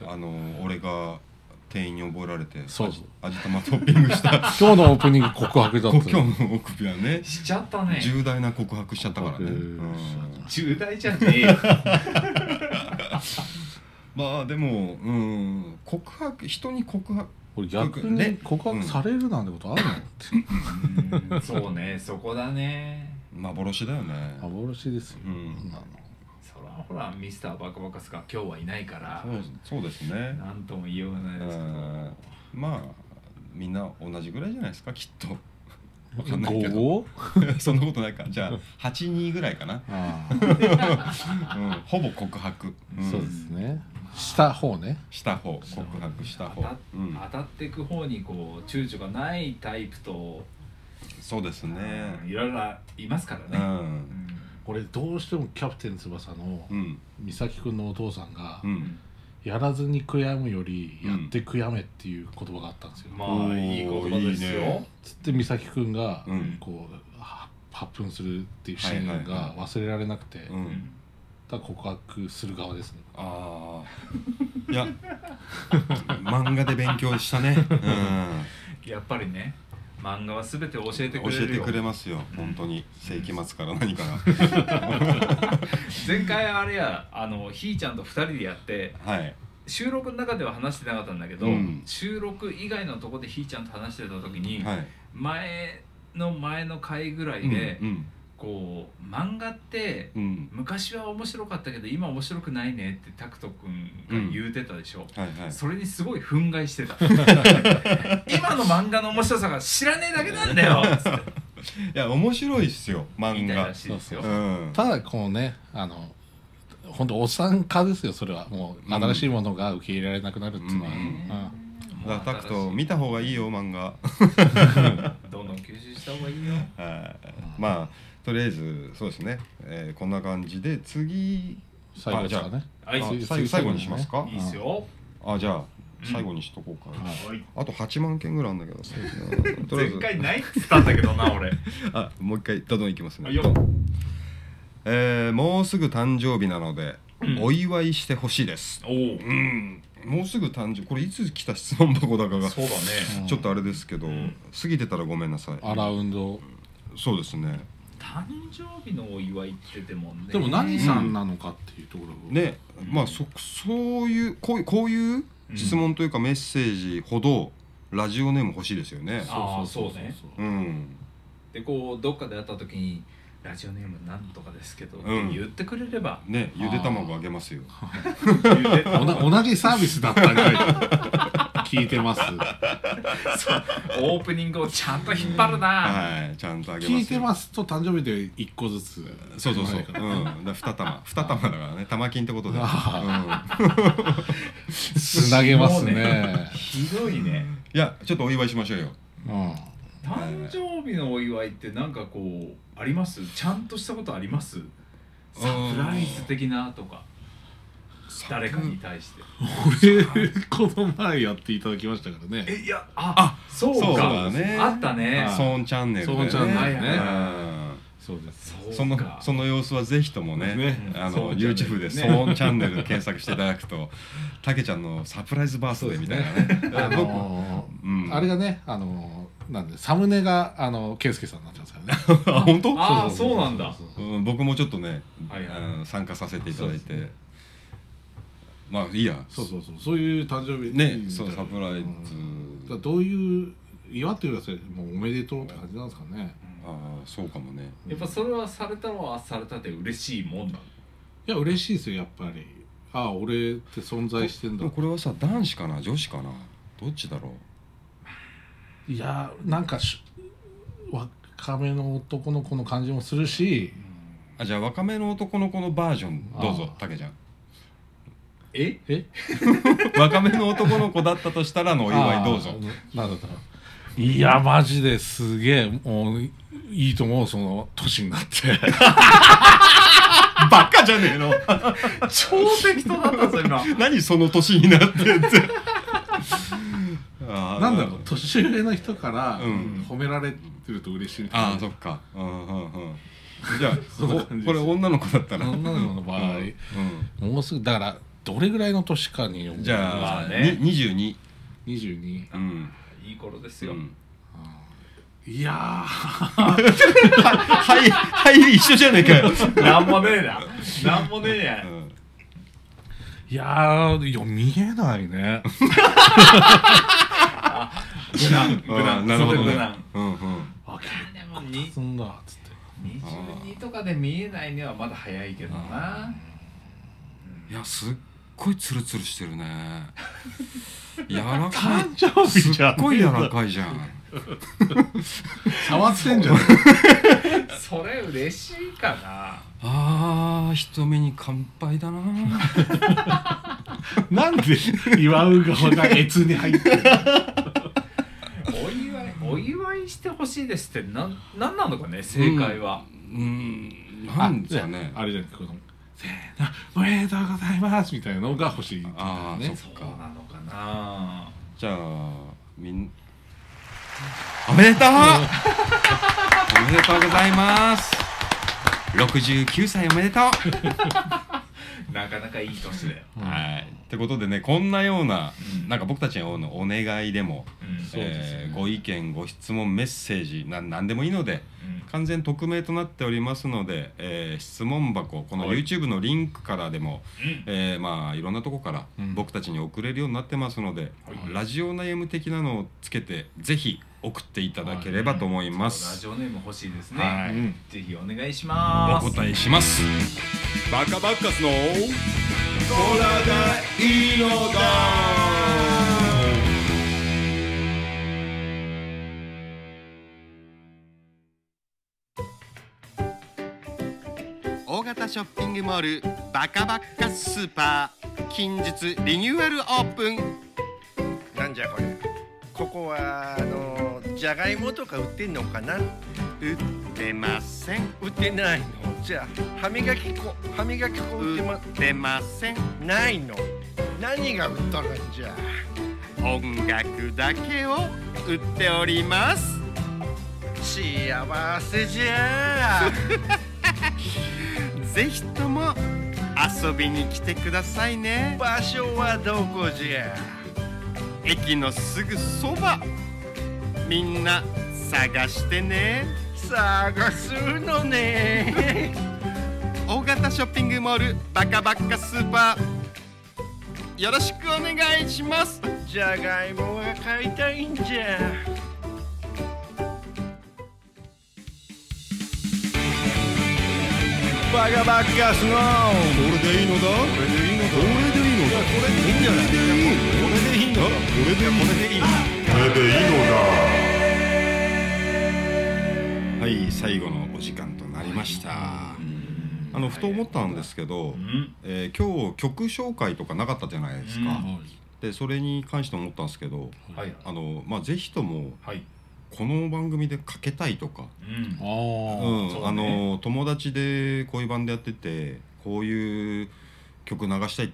A: あの俺が店員に覚えられて
C: そうそう
A: 味玉トッピングした
C: 今日のオープニング告白だった
A: 故郷の奥ピはね
B: しちゃったね
A: 重大な告白しちゃったからね、
C: 告白
A: うん
B: 重大じゃねえよ
A: まあでもうん告白人に告白
C: 俺逆
A: ね
C: に告白されるなんてことあるのって
B: うんそうねそこだね
A: 幻だよね
C: 幻ですよ、
A: うん
C: あの
B: そらほらミスターバカバカスが今日はいないから
A: そうそうですね
B: なんとも言いようがないですけど
A: うんまあみんな同じぐらいじゃないですかきっとわかんないけ
C: 5
A: ど
C: 号
A: そんなことないかじゃあ82ぐらいかな、
C: あ
A: うん、ほぼ告白、う
C: あ
A: ん
C: そうですねした方ね
A: した方告白した方
B: 当た,、
A: うん、
B: 当たっていく方にこう躊躇がないタイプと、
A: そうです
B: うん
A: ね
B: いろいろいますから
A: う
B: ね、うんん
C: 俺どうしてもキャプテン翼の
A: うん
C: 美咲くんのお父さんが、
A: うん
C: やらずに悔やむよりやって悔やめっていう言葉があったんですよ、
B: まあいい言葉ですよ
A: おーいいね
C: つって美咲くんが
A: うん
C: こうは発奮するっていうシーン
A: はいはい
C: が忘れられなくて、
A: う
B: うんん
C: だから告白する側ですね
A: ああいや漫画で勉強したね、うん、
B: やっぱりね漫画は全て教えてく
A: 教
B: れ
A: え
B: る
A: て
B: よ
A: くれますよ本当に世紀末から何 から
B: 前回あれやあのひーちゃんと2人でやって
A: はい
B: 収録の中では話してなかったんだけど、
A: うん
B: 収録以外のとこでひーちゃんと話してた時に、
A: はい
B: 前の前の回ぐら
A: う
B: い
A: ん
B: で、
A: うん
B: こう漫画って
A: うん
B: 昔は面白かったけど今面白くないねってタクト君が言うてたでしょ、
A: はいはい
B: それにすごい憤 慨してた今の漫画の面白さが知らねえだけなんだよつって
A: いや面白いっすよ
B: 言
A: 漫
B: いたい
A: 画
B: らしいですよ
A: うん
C: ただこうねあの本当おっさん化ですよそれはもう新しいものが受け入れられなくなるっていうのは、
A: う
C: うん
B: もう
A: だからタクト見た方がいいよ漫画
B: どんどん吸収した方がいいよ
A: はいまあとりあえずそうですね、えー、こんな感じで次
C: 最後ですかね
B: は
A: あ
B: い
C: 次
A: 最後最後にしますか
B: いいっすよ
A: あじゃあ
B: うん
A: 最後にしとこうか、
C: はい
B: はい
A: あと8万件ぐらいあるんだけどうんとりあえ
B: 前
A: ず
B: 回ないっつったんだけどな 俺
A: あもう一回どんどんいきます
B: あ
A: ね
B: よ
A: えーもうすぐ誕生日なので、
B: うん
A: お祝いしてほしいです
B: おお
A: うんもうすぐ誕生日これいつ来た質問箱だかが
B: そうだ
C: う
B: ね
C: ん
A: ちょっとあれですけど、
B: うん
A: 過ぎてたらごめんなさい
C: アラウンド
A: そうですね
B: 誕生日のお祝いってでもね
C: でも何さんなのかっていうところを、
A: ね、
B: うん
A: まあそそういうこういうこういう質問というかメッセージほどラジオネーム欲しいですよね。
B: ああそうね
A: うん、
B: でこうどっかで会った時に「ラジオネームなんとかですけど」って
A: うん
B: 言ってくれれば
A: ね、ゆで卵あげますよ。
B: 言ってた
C: おな 同じサービスだったんかい聞いてます
B: そうオープニングをちゃんと引っ張るな
A: はい、ちゃんとあげますよ。
C: 聞いてますと誕生日で一個ずつ
A: そうそうそう。うん、
C: 生
A: だ
C: まれる
A: か
C: から
A: 二玉、二玉だからね、玉金ってことで。うん、い
C: あつなげますね
B: もうひどいね
A: や、ちょっとお祝いしましょうよ。
C: う
B: 誕生日のお祝いってなんかこうありますちゃんとしたことありますサプライズ的なとか誰かに対して
C: ん、この前やっていただきましたからね
B: えいやあそう
A: そう
B: か
A: だね
B: あったね
A: ソーンチャンネルでね。
C: ソーンチャンネル
B: はいはい
C: そうです
B: そうか
A: そのその様子はぜひともね
C: ね
A: あ
B: そ
A: の
B: うチャン
A: YouTube
B: ネ
A: で
B: ル
A: 「
B: ね
A: 騒音チャンネル」検索していただくとたけちゃんのサプライズバースデーみたいなね
C: あのー
A: うん
C: あれがねあのーなんでサムネがあのケイスケさんになってますからね
A: あ本当
B: あーそうなんだ
C: そうそう
A: うん、僕もちょっとね、
B: はいはい
A: あの参加させていただい
C: そうです
A: てまあいいや
C: そうそうそうそういう誕生日
A: ねそうサプライズ
C: うんだからどういう祝ってくださいもうおめでとうって感じなんですかね
A: ああそうかもね
B: やっぱそれはされたのはされたって嬉しいもんだ
C: いや嬉しいですよやっぱりああ俺って存在してん
A: で
C: だ
A: もこれはさ男子かな女子かなどっちだろ
C: いやーなんかし若めの男の子の感じもするし
A: うあじゃあ若めの男の子のバージョンどうぞ
C: あ
A: たけちゃん
B: え
C: え
A: 若めの男の子だったとしたらのお祝いどうぞ
C: あーなんだったいやマ ジですげえもういいと思うその年になって
A: バカじゃねえの
B: 超適当だったぞ今
A: 何その年になってって
C: な
A: なん
C: だろう年上の人から
A: うん
C: 褒められてると嬉しい
A: ああそっかうんうんうんじゃあ
C: そんな感じです
A: おこれ女の子だったら
C: 女の子の場合
A: うん
C: もうすぐだからどれぐらいの年かによ
A: う
C: る
A: んじゃ
B: ま
A: あ、
B: あね
A: に22
C: 22
A: うん
B: いい頃です
A: う
B: よ、
A: ん
C: いやー
A: はいはい一緒じゃねえかよ、
B: なんもねえななんもねえや
A: うん
C: いやーいや見えな い
B: 無難無
C: ね
A: あー
B: 難
A: なるほど
B: 無
A: ね
B: 難
A: うんうん
C: あ
B: でもに
C: そんだっ つって
B: 22とかで見えないにはまだ早いけどな、
A: いやすっごいツルツルしてる ね柔らかい
C: 誕生日じ
A: す
C: ゃ
A: っ
C: ん
A: ごい柔らかいじゃん
C: 触ってんじゃん
B: それ嬉しいかな
A: あー瞳に乾杯だな
C: なんで祝う側が越に入ってる
B: お祝いお祝いしてほしいですってなんなんなのかね正解は、
A: うんなんですかね
C: あれじゃなくてこのせーのおめでとうございますみたいなのが欲しいってことだよ
A: あー
C: ね
A: そ
B: そうう
A: か
B: なのかな
A: じゃあみんおめでとうおめでとうございます69歳おめでとう
B: なかなかいい年だよ、
A: はいってことでねこんなようななんか僕たちへのお願いでも、
B: うん
C: そうですよね
A: えーご意見ご質問メッセージな何でもいいので
B: うん
A: 完全匿名となっておりますので、えー質問箱この
B: はい
A: YouTube のリンクからでも、えーまあいろんなとこから
C: うん
A: 僕たちに送れるようになってますので、
B: はい
A: ラジオネーム的なのをつけてぜひ送っていただければと思いま
B: ラ
A: す、
B: ジオネーム欲しいですね、
A: はい
C: うん
B: ぜひお願いします
A: お答えしますバカバッカスのいいのだ
D: 大型ショッピングモールバカバッカスーパー近日リニューアルオープン
E: なんじゃこれここはあのじゃがいもとか売ってんのかな
D: 売ってません
E: 売ってないのじゃあ歯磨き粉歯磨き粉売って
D: 売っ
E: ま
D: てません
E: ないの何が売っとるんじゃ
D: 音楽だけを売っております
E: 幸せじゃ
D: ぜひとも遊びに来てくださいね
E: 場所はどこじゃ
D: 駅のすぐそばみんな探してね
E: 探すのね
D: 大型ショッピングモールバカバッカスーパーよろしくお願いします
E: じゃがいもが買いたいんじゃバカバカスの
A: これでいいのだこれでいいのだこれでいいのだこれでいいんじゃないこれでいいのだこれでいいこれでいいこれでいいのだはい最後のお時間となりました、あのふと思ったんですけど、
B: うん
A: えー今日曲紹介とかなかったじゃないですか、
B: うん
A: でそれに関して思ったんですけど
B: はい
A: あのまあぜひとも
B: はい
A: この番組でかけたいとか
B: うん
A: う
C: あ
A: ん
B: そうね
A: あの友達でこういうバンドやっててこういう曲流したいっ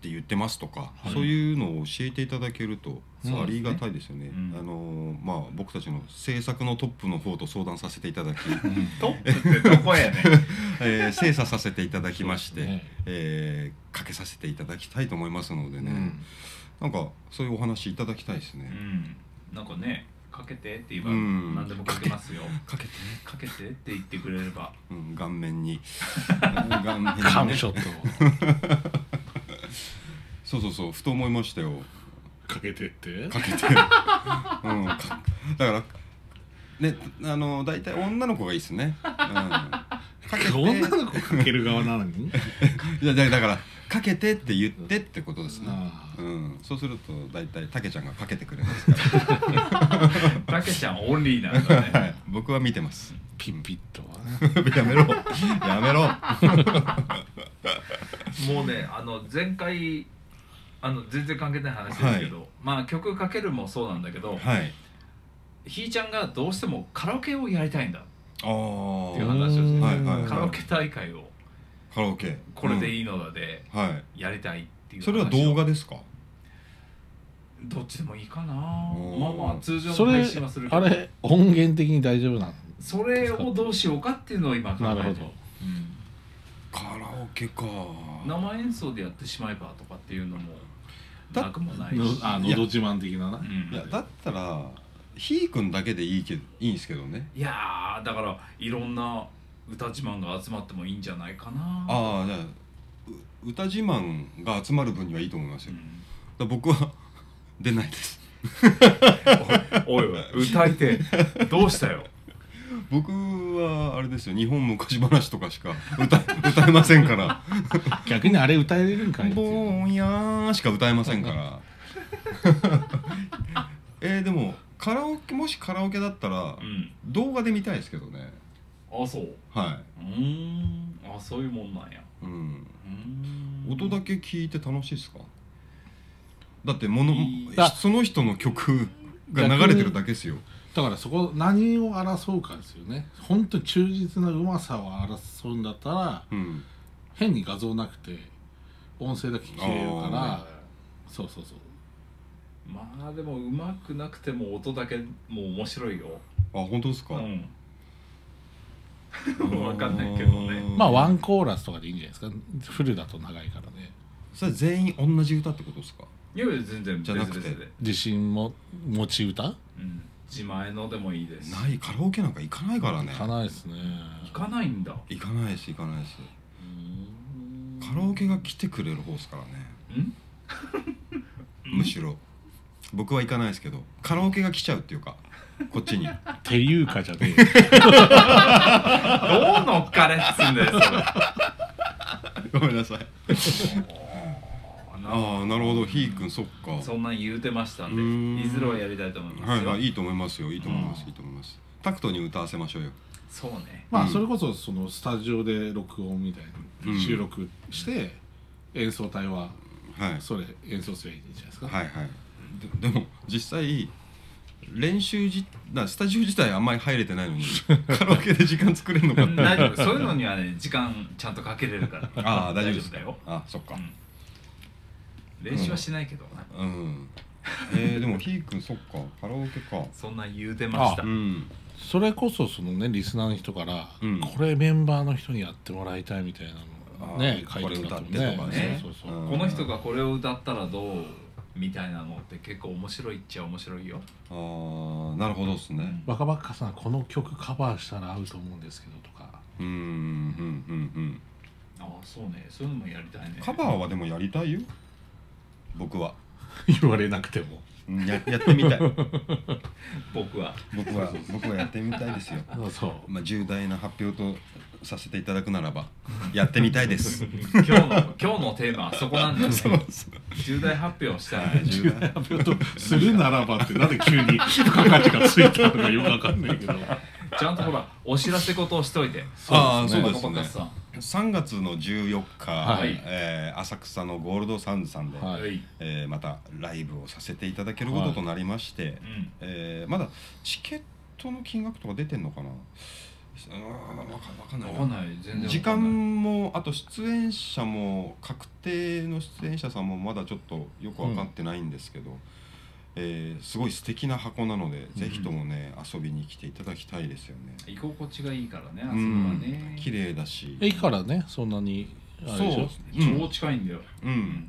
A: て言ってますとか、
B: い
A: そういうのを教えていただけると
C: そう
A: あ
C: です
A: りがたいですよね。
B: うん
A: あのまあ僕たちの制作のトップの方と相談させていた だき、
B: トップってどこやねん
A: えー精査させていただきまして、
C: そうですね
A: えーかけさせていただきたいと思いますので
C: ーう
A: ね、
C: ん
A: なんかそういうお話いただきたいです
B: う
A: ね。
B: んなんかねかけてって言えば
A: うん
B: 何でもかけますよ
A: かけてね、
B: かけてって言ってくれれ ば
A: うん、顔面 にうん顔面にね
C: カムショット
A: そうそうそうふと思いましたよ。
C: かけてって
A: かけてうんかだからねあの大体女の子がいいですね、うん、かけて
C: 女の子かける側なの に
A: いやだだからかけてって言ってってことですね
C: あ
A: う
C: ー
A: ん、そうすると大体たけちゃんがかけてくれますか
B: たけちゃんオンリーなんだ
A: ら、は
B: ね
A: い、僕は見てます
C: ピンピッとはね
A: やめろやめろ
B: もうねあの前回あの全然関係ない話ですけど、まあ曲かけるもそうなんだけど、
A: はい
B: ひーちゃんがどうしてもカラオケをやりたいんだ
A: ああ
B: っていう話をして、
A: はいはいはい
B: カラオケ大会を
A: カラオケ
B: これでいいのだで
A: うんは
B: やりたいってい
A: いうそれは
B: 話を
A: 動画ですか
B: どっちでもいいかな
A: おー
B: まあまあ通常
C: そ
B: の
C: れ
B: 配信はするけ
C: あ
B: ど
C: れ音源的に大丈夫なの
B: それをどうしようかっていうのを今考えて
C: なるほど
A: カラオケか
B: うん生演奏でやってしまえばとかっていうのも
A: だ
B: なくもないし
C: のあの
A: いや
C: ど自慢的なな
B: うん
A: いやだったらひーくんだけでいいけどいいんですけどね
B: いやーだからいろんな歌自慢が集まってもいいんじゃないかな
A: ああじゃあう歌自慢が集まる分にはいいと思います
B: う
A: よ、
B: ん
A: だから僕は 出ないです
B: おいおい歌いてどうしたよ
A: 僕はあれですよ日本昔話とかしか歌歌えません から
C: 逆にあれ歌えれるんかいって
A: ぼ
C: いう
A: ーんやーしか歌えませんから えーでもカラオケもしカラオケだったら
B: うん
A: 動画で見たいですけどね
B: あそうう
A: は
B: ーんあそういうもんなんや
A: い、うん、
B: うーん
A: 音だけ聞いて楽しいですかだってもの
B: いい
C: あ
A: その人の曲が流れてるだけですよ
C: だからそこ何を争うかですよね本当に忠実なうまさを争うんだったら
A: うん
C: 変に画像なくて音声だけ聞れるか
B: あ
C: らそうそうそう
B: まあでもうまくなくても音だけもう面白いよ
A: あ本当ですか、
B: う
A: わ
B: んわかんないけどね
C: まあワ
A: ン
C: ンコーラスとかでいいんじゃないですかフルだと長いからね
A: それ全員同じ歌ってことですか
B: いやいや全然
A: じゃなくて
B: 別々で、
C: 自信も持ち歌
B: うん、自前のでもいいです
A: ないカラオケなんか行かないからね
C: かないですね
B: 行かないんだ
A: 行かないし行かないし
B: うーん
A: カラオケが来てくれる方ですからね
B: ん
A: むしろ僕は行かないですけどカラオケが来ちゃうっていうかこっち に
C: ていうかじゃね
B: どう乗っかれっつんだよそれ
A: ごめんなさいああなるほどひーくんそっか
B: そんなん言うてました
A: うー
B: ん
A: ん
B: でいずれはやりたいと思いま
A: は
B: す
A: い
B: よ、
A: はいいいと思いますよいいと思います、
B: うん
A: いいと思いますタクトに歌わせましょうよ
B: そうね
C: ま
A: う
C: あ
A: ん
C: それこそそのスタジオで録音みたいうなん収録して演奏隊は
A: はい
C: それ演奏すればいいんじゃないですか、
A: はいはいででも実際練習じだスタジオ自体あんまり入れてないのにカラオケで時間作れるのかって
B: 大丈夫そういうのにはね時間ちゃんとかけれるから
A: ああ大丈夫です
B: だよ
A: あそっか
B: 練習はしないけどな、
A: うん、えー、でもひーくんそっかカラオケか
B: そんなん言うてました
A: うん
C: それこそそのねリスナーの人から、
A: うん
C: これメンバーの人にやってもらいたいみたいなのをね
A: あー
C: 書いてたもん
A: これ歌ってとか
B: ね
C: そうそうそう、
A: うん
B: この人がこれを歌ったらどうみたいなのって結構面白いっちゃ面白いよ
A: あーなるほどっすね
C: 若バッカさんこの曲カバーしたら合うと思うんですけどとか
A: うんうんうんうん
B: ああそうねそういうのもやりたいね
A: カバーはでもやりたいよ僕は
C: 言われなくても
A: うんややってみたい
B: 僕は
A: 僕は僕はやってみたいですよ
C: そう
A: まあ重大な発表とさせていただくならばやってみたいです
B: 今日の今日のテーマはそこなんだよね重大発表をしたい
A: 重大
C: するならばってなんで急に付加価値がついたのかよくわかんないけど
B: ちゃんとほらお知らせことをしといて
A: ああ
C: そ
A: そうう
B: パ
A: で
B: カ
A: す
B: パカ
A: ね
B: さん
A: 3月の14日、
B: はい
A: えー浅草のゴールドサウンズさんで、
C: はい
B: はい
A: えーまたライブをさせていただけることとなりまして、
B: うん
A: えーまだチケットの金額とか出てんのかなあーわかわかんないな
B: わかんない全然わかんない
A: 時間もあと出演者も確定の出演者さんもまだちょっとよく分かってないんですけど、えーすごい素敵な箱なので、ぜひともね遊びに来ていただきたいですよね。
B: 居心地がいいからねあそこは
A: うん
B: ね、
A: 綺麗だし
C: 駅からねそんなにあれでしょ
A: うん
B: 超近いんだよ
A: うん、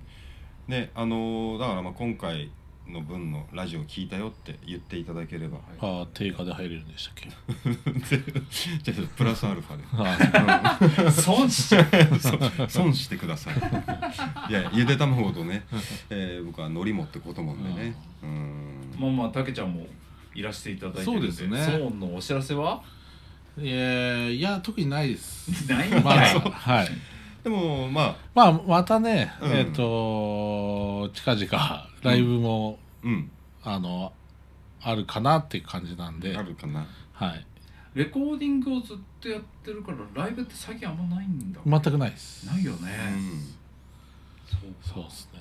A: ねあのーだからまあ今回の分のラジオ聞いたよって言っていただければ、
C: あー定価で入れるんでしたっけ
A: じゃあプラスアルファで
C: あ
B: 損しちゃう
A: そう 損してくださいいやゆで卵とね、えー、僕は海苔持ってこうと思うんでねうん
B: まあまあたけちゃんもいらしていただいてるん
C: そうですね
B: ソーンのお知らせは
C: ーいやいや特にないです
B: ないんかい、
C: まあ、はい
A: でもまあ
C: まあまたね、
A: うん
C: えっ、と近々ライブも、
A: うん
C: あのあるかなっていう感じなんで
A: あるかな
C: はい
B: レコーディングをずっとやってるからライブって最近あんまないんだ、
C: 全くないです
B: ないよ
A: う
B: ね、
A: ん
B: そう
C: そうですね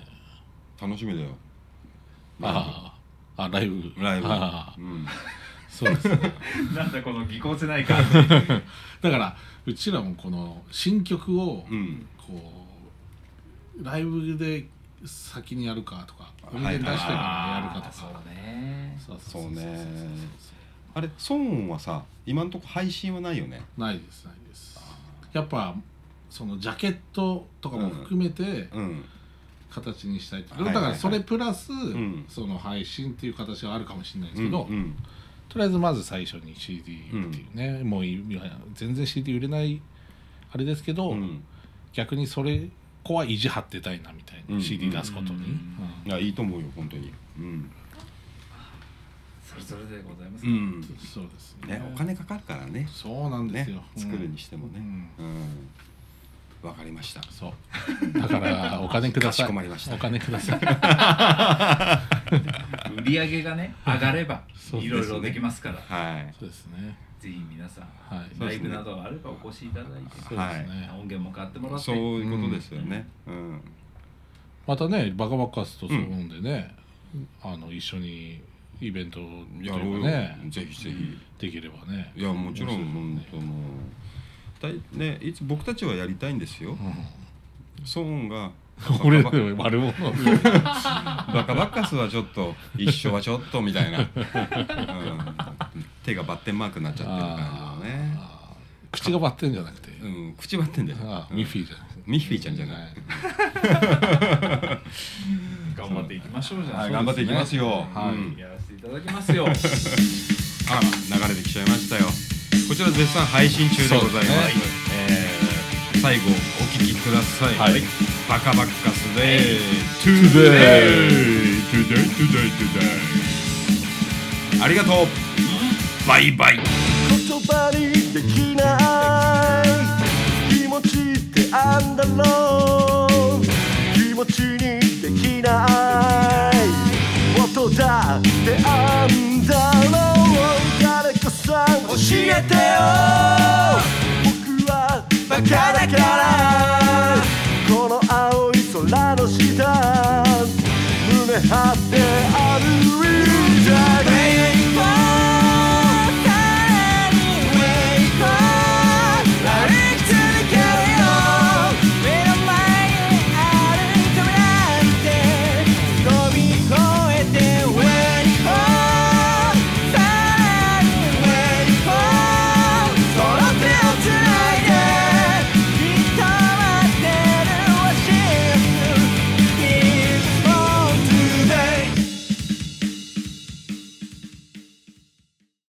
A: 楽しみだよ
C: あーあライブ
A: ライブ
C: あ
A: うん、
C: そうですね
B: なんだこのぎこちない 感じ
C: だからうちらもこの新曲を
A: うん
C: こうライブで先にやるかとか
A: はい
C: 音源出してからやるか
B: あ
C: と
B: ーそう
C: か
B: ね
C: そう
A: そうねあれソンはさ今んとこ配信はないよね
C: ないですないですやっぱそのジャケットとかも含めて
A: うん
C: 形にしたいって、
A: はいは
C: だ
A: いはい
C: からそれプラス、
A: ん
C: その配信っていう形はあるかもしれないですけど、
A: うんうん
C: とりあえずまず最初に CD っていうね、もう今や全然 CD 売れないあれですけど、
A: うん
C: 逆にそれ子は意地張ってたいなみたいな、
A: うん
C: CD 出すことに、
B: うん
C: うん
A: いやいいと思うよ本当にうん、
B: それぞれでございます
A: う
B: ね
A: ん
C: そうですね
A: ね、お金かかるからね
C: そうなんですよ、
A: ね
C: うん
A: 作るにしてもね
C: うん
A: うんわかりました
C: そうだからお金くださ
A: かし
C: い
A: こまりました
C: お金ください
B: 売り上げ がね上がれば
C: そうで
B: い
C: すね
B: ろいろできますから
A: はい
C: そうですね
B: ぜひ皆さん
C: はい
A: そう
B: ラ
A: で
B: イ
A: すね
B: ブなどがあればお越しいただいて
C: そうですね、
B: 音源も買ってもらって
A: そういうことですよねうん、
C: またねバカバカスとそううんでね、あの一緒にイベントという
A: や
C: か
A: ろうよ、
C: ね
A: ぜひぜひ
C: できればね
A: いやもちろん
C: 面
A: 本当もうだいねいつ僕たちはやりたいんですよ、ソーン が
C: 白いです ね俺ら悪者
A: バカバカスはちょっと一緒はちょっとみたいな、 うん、手がバッテンマークになっちゃってる感じのね
C: あー口が割ってんじゃなくて、
A: うん、口ばってんだよ
C: あー
A: うん
C: ミッフィーじゃなくて
A: ミッフィーちゃんじゃない
B: 頑張っていきましょうじゃ
A: は
B: ないい
A: 頑張っていきますよ、
C: はい
A: うん
B: やらせていただきますよ
A: あら流れてきちゃいましたよこちら絶賛配信中でございます
C: そうですね
A: えー最後お聴きください、
C: はい
A: バカバッカスで、
C: Today
A: Today ありがとうバイバイ
D: 言葉にできない気持ちってあんだろう気持ちにできない音だってあんだろう誰かさん教えてよ僕はバカだからこの青い空の下胸張って歩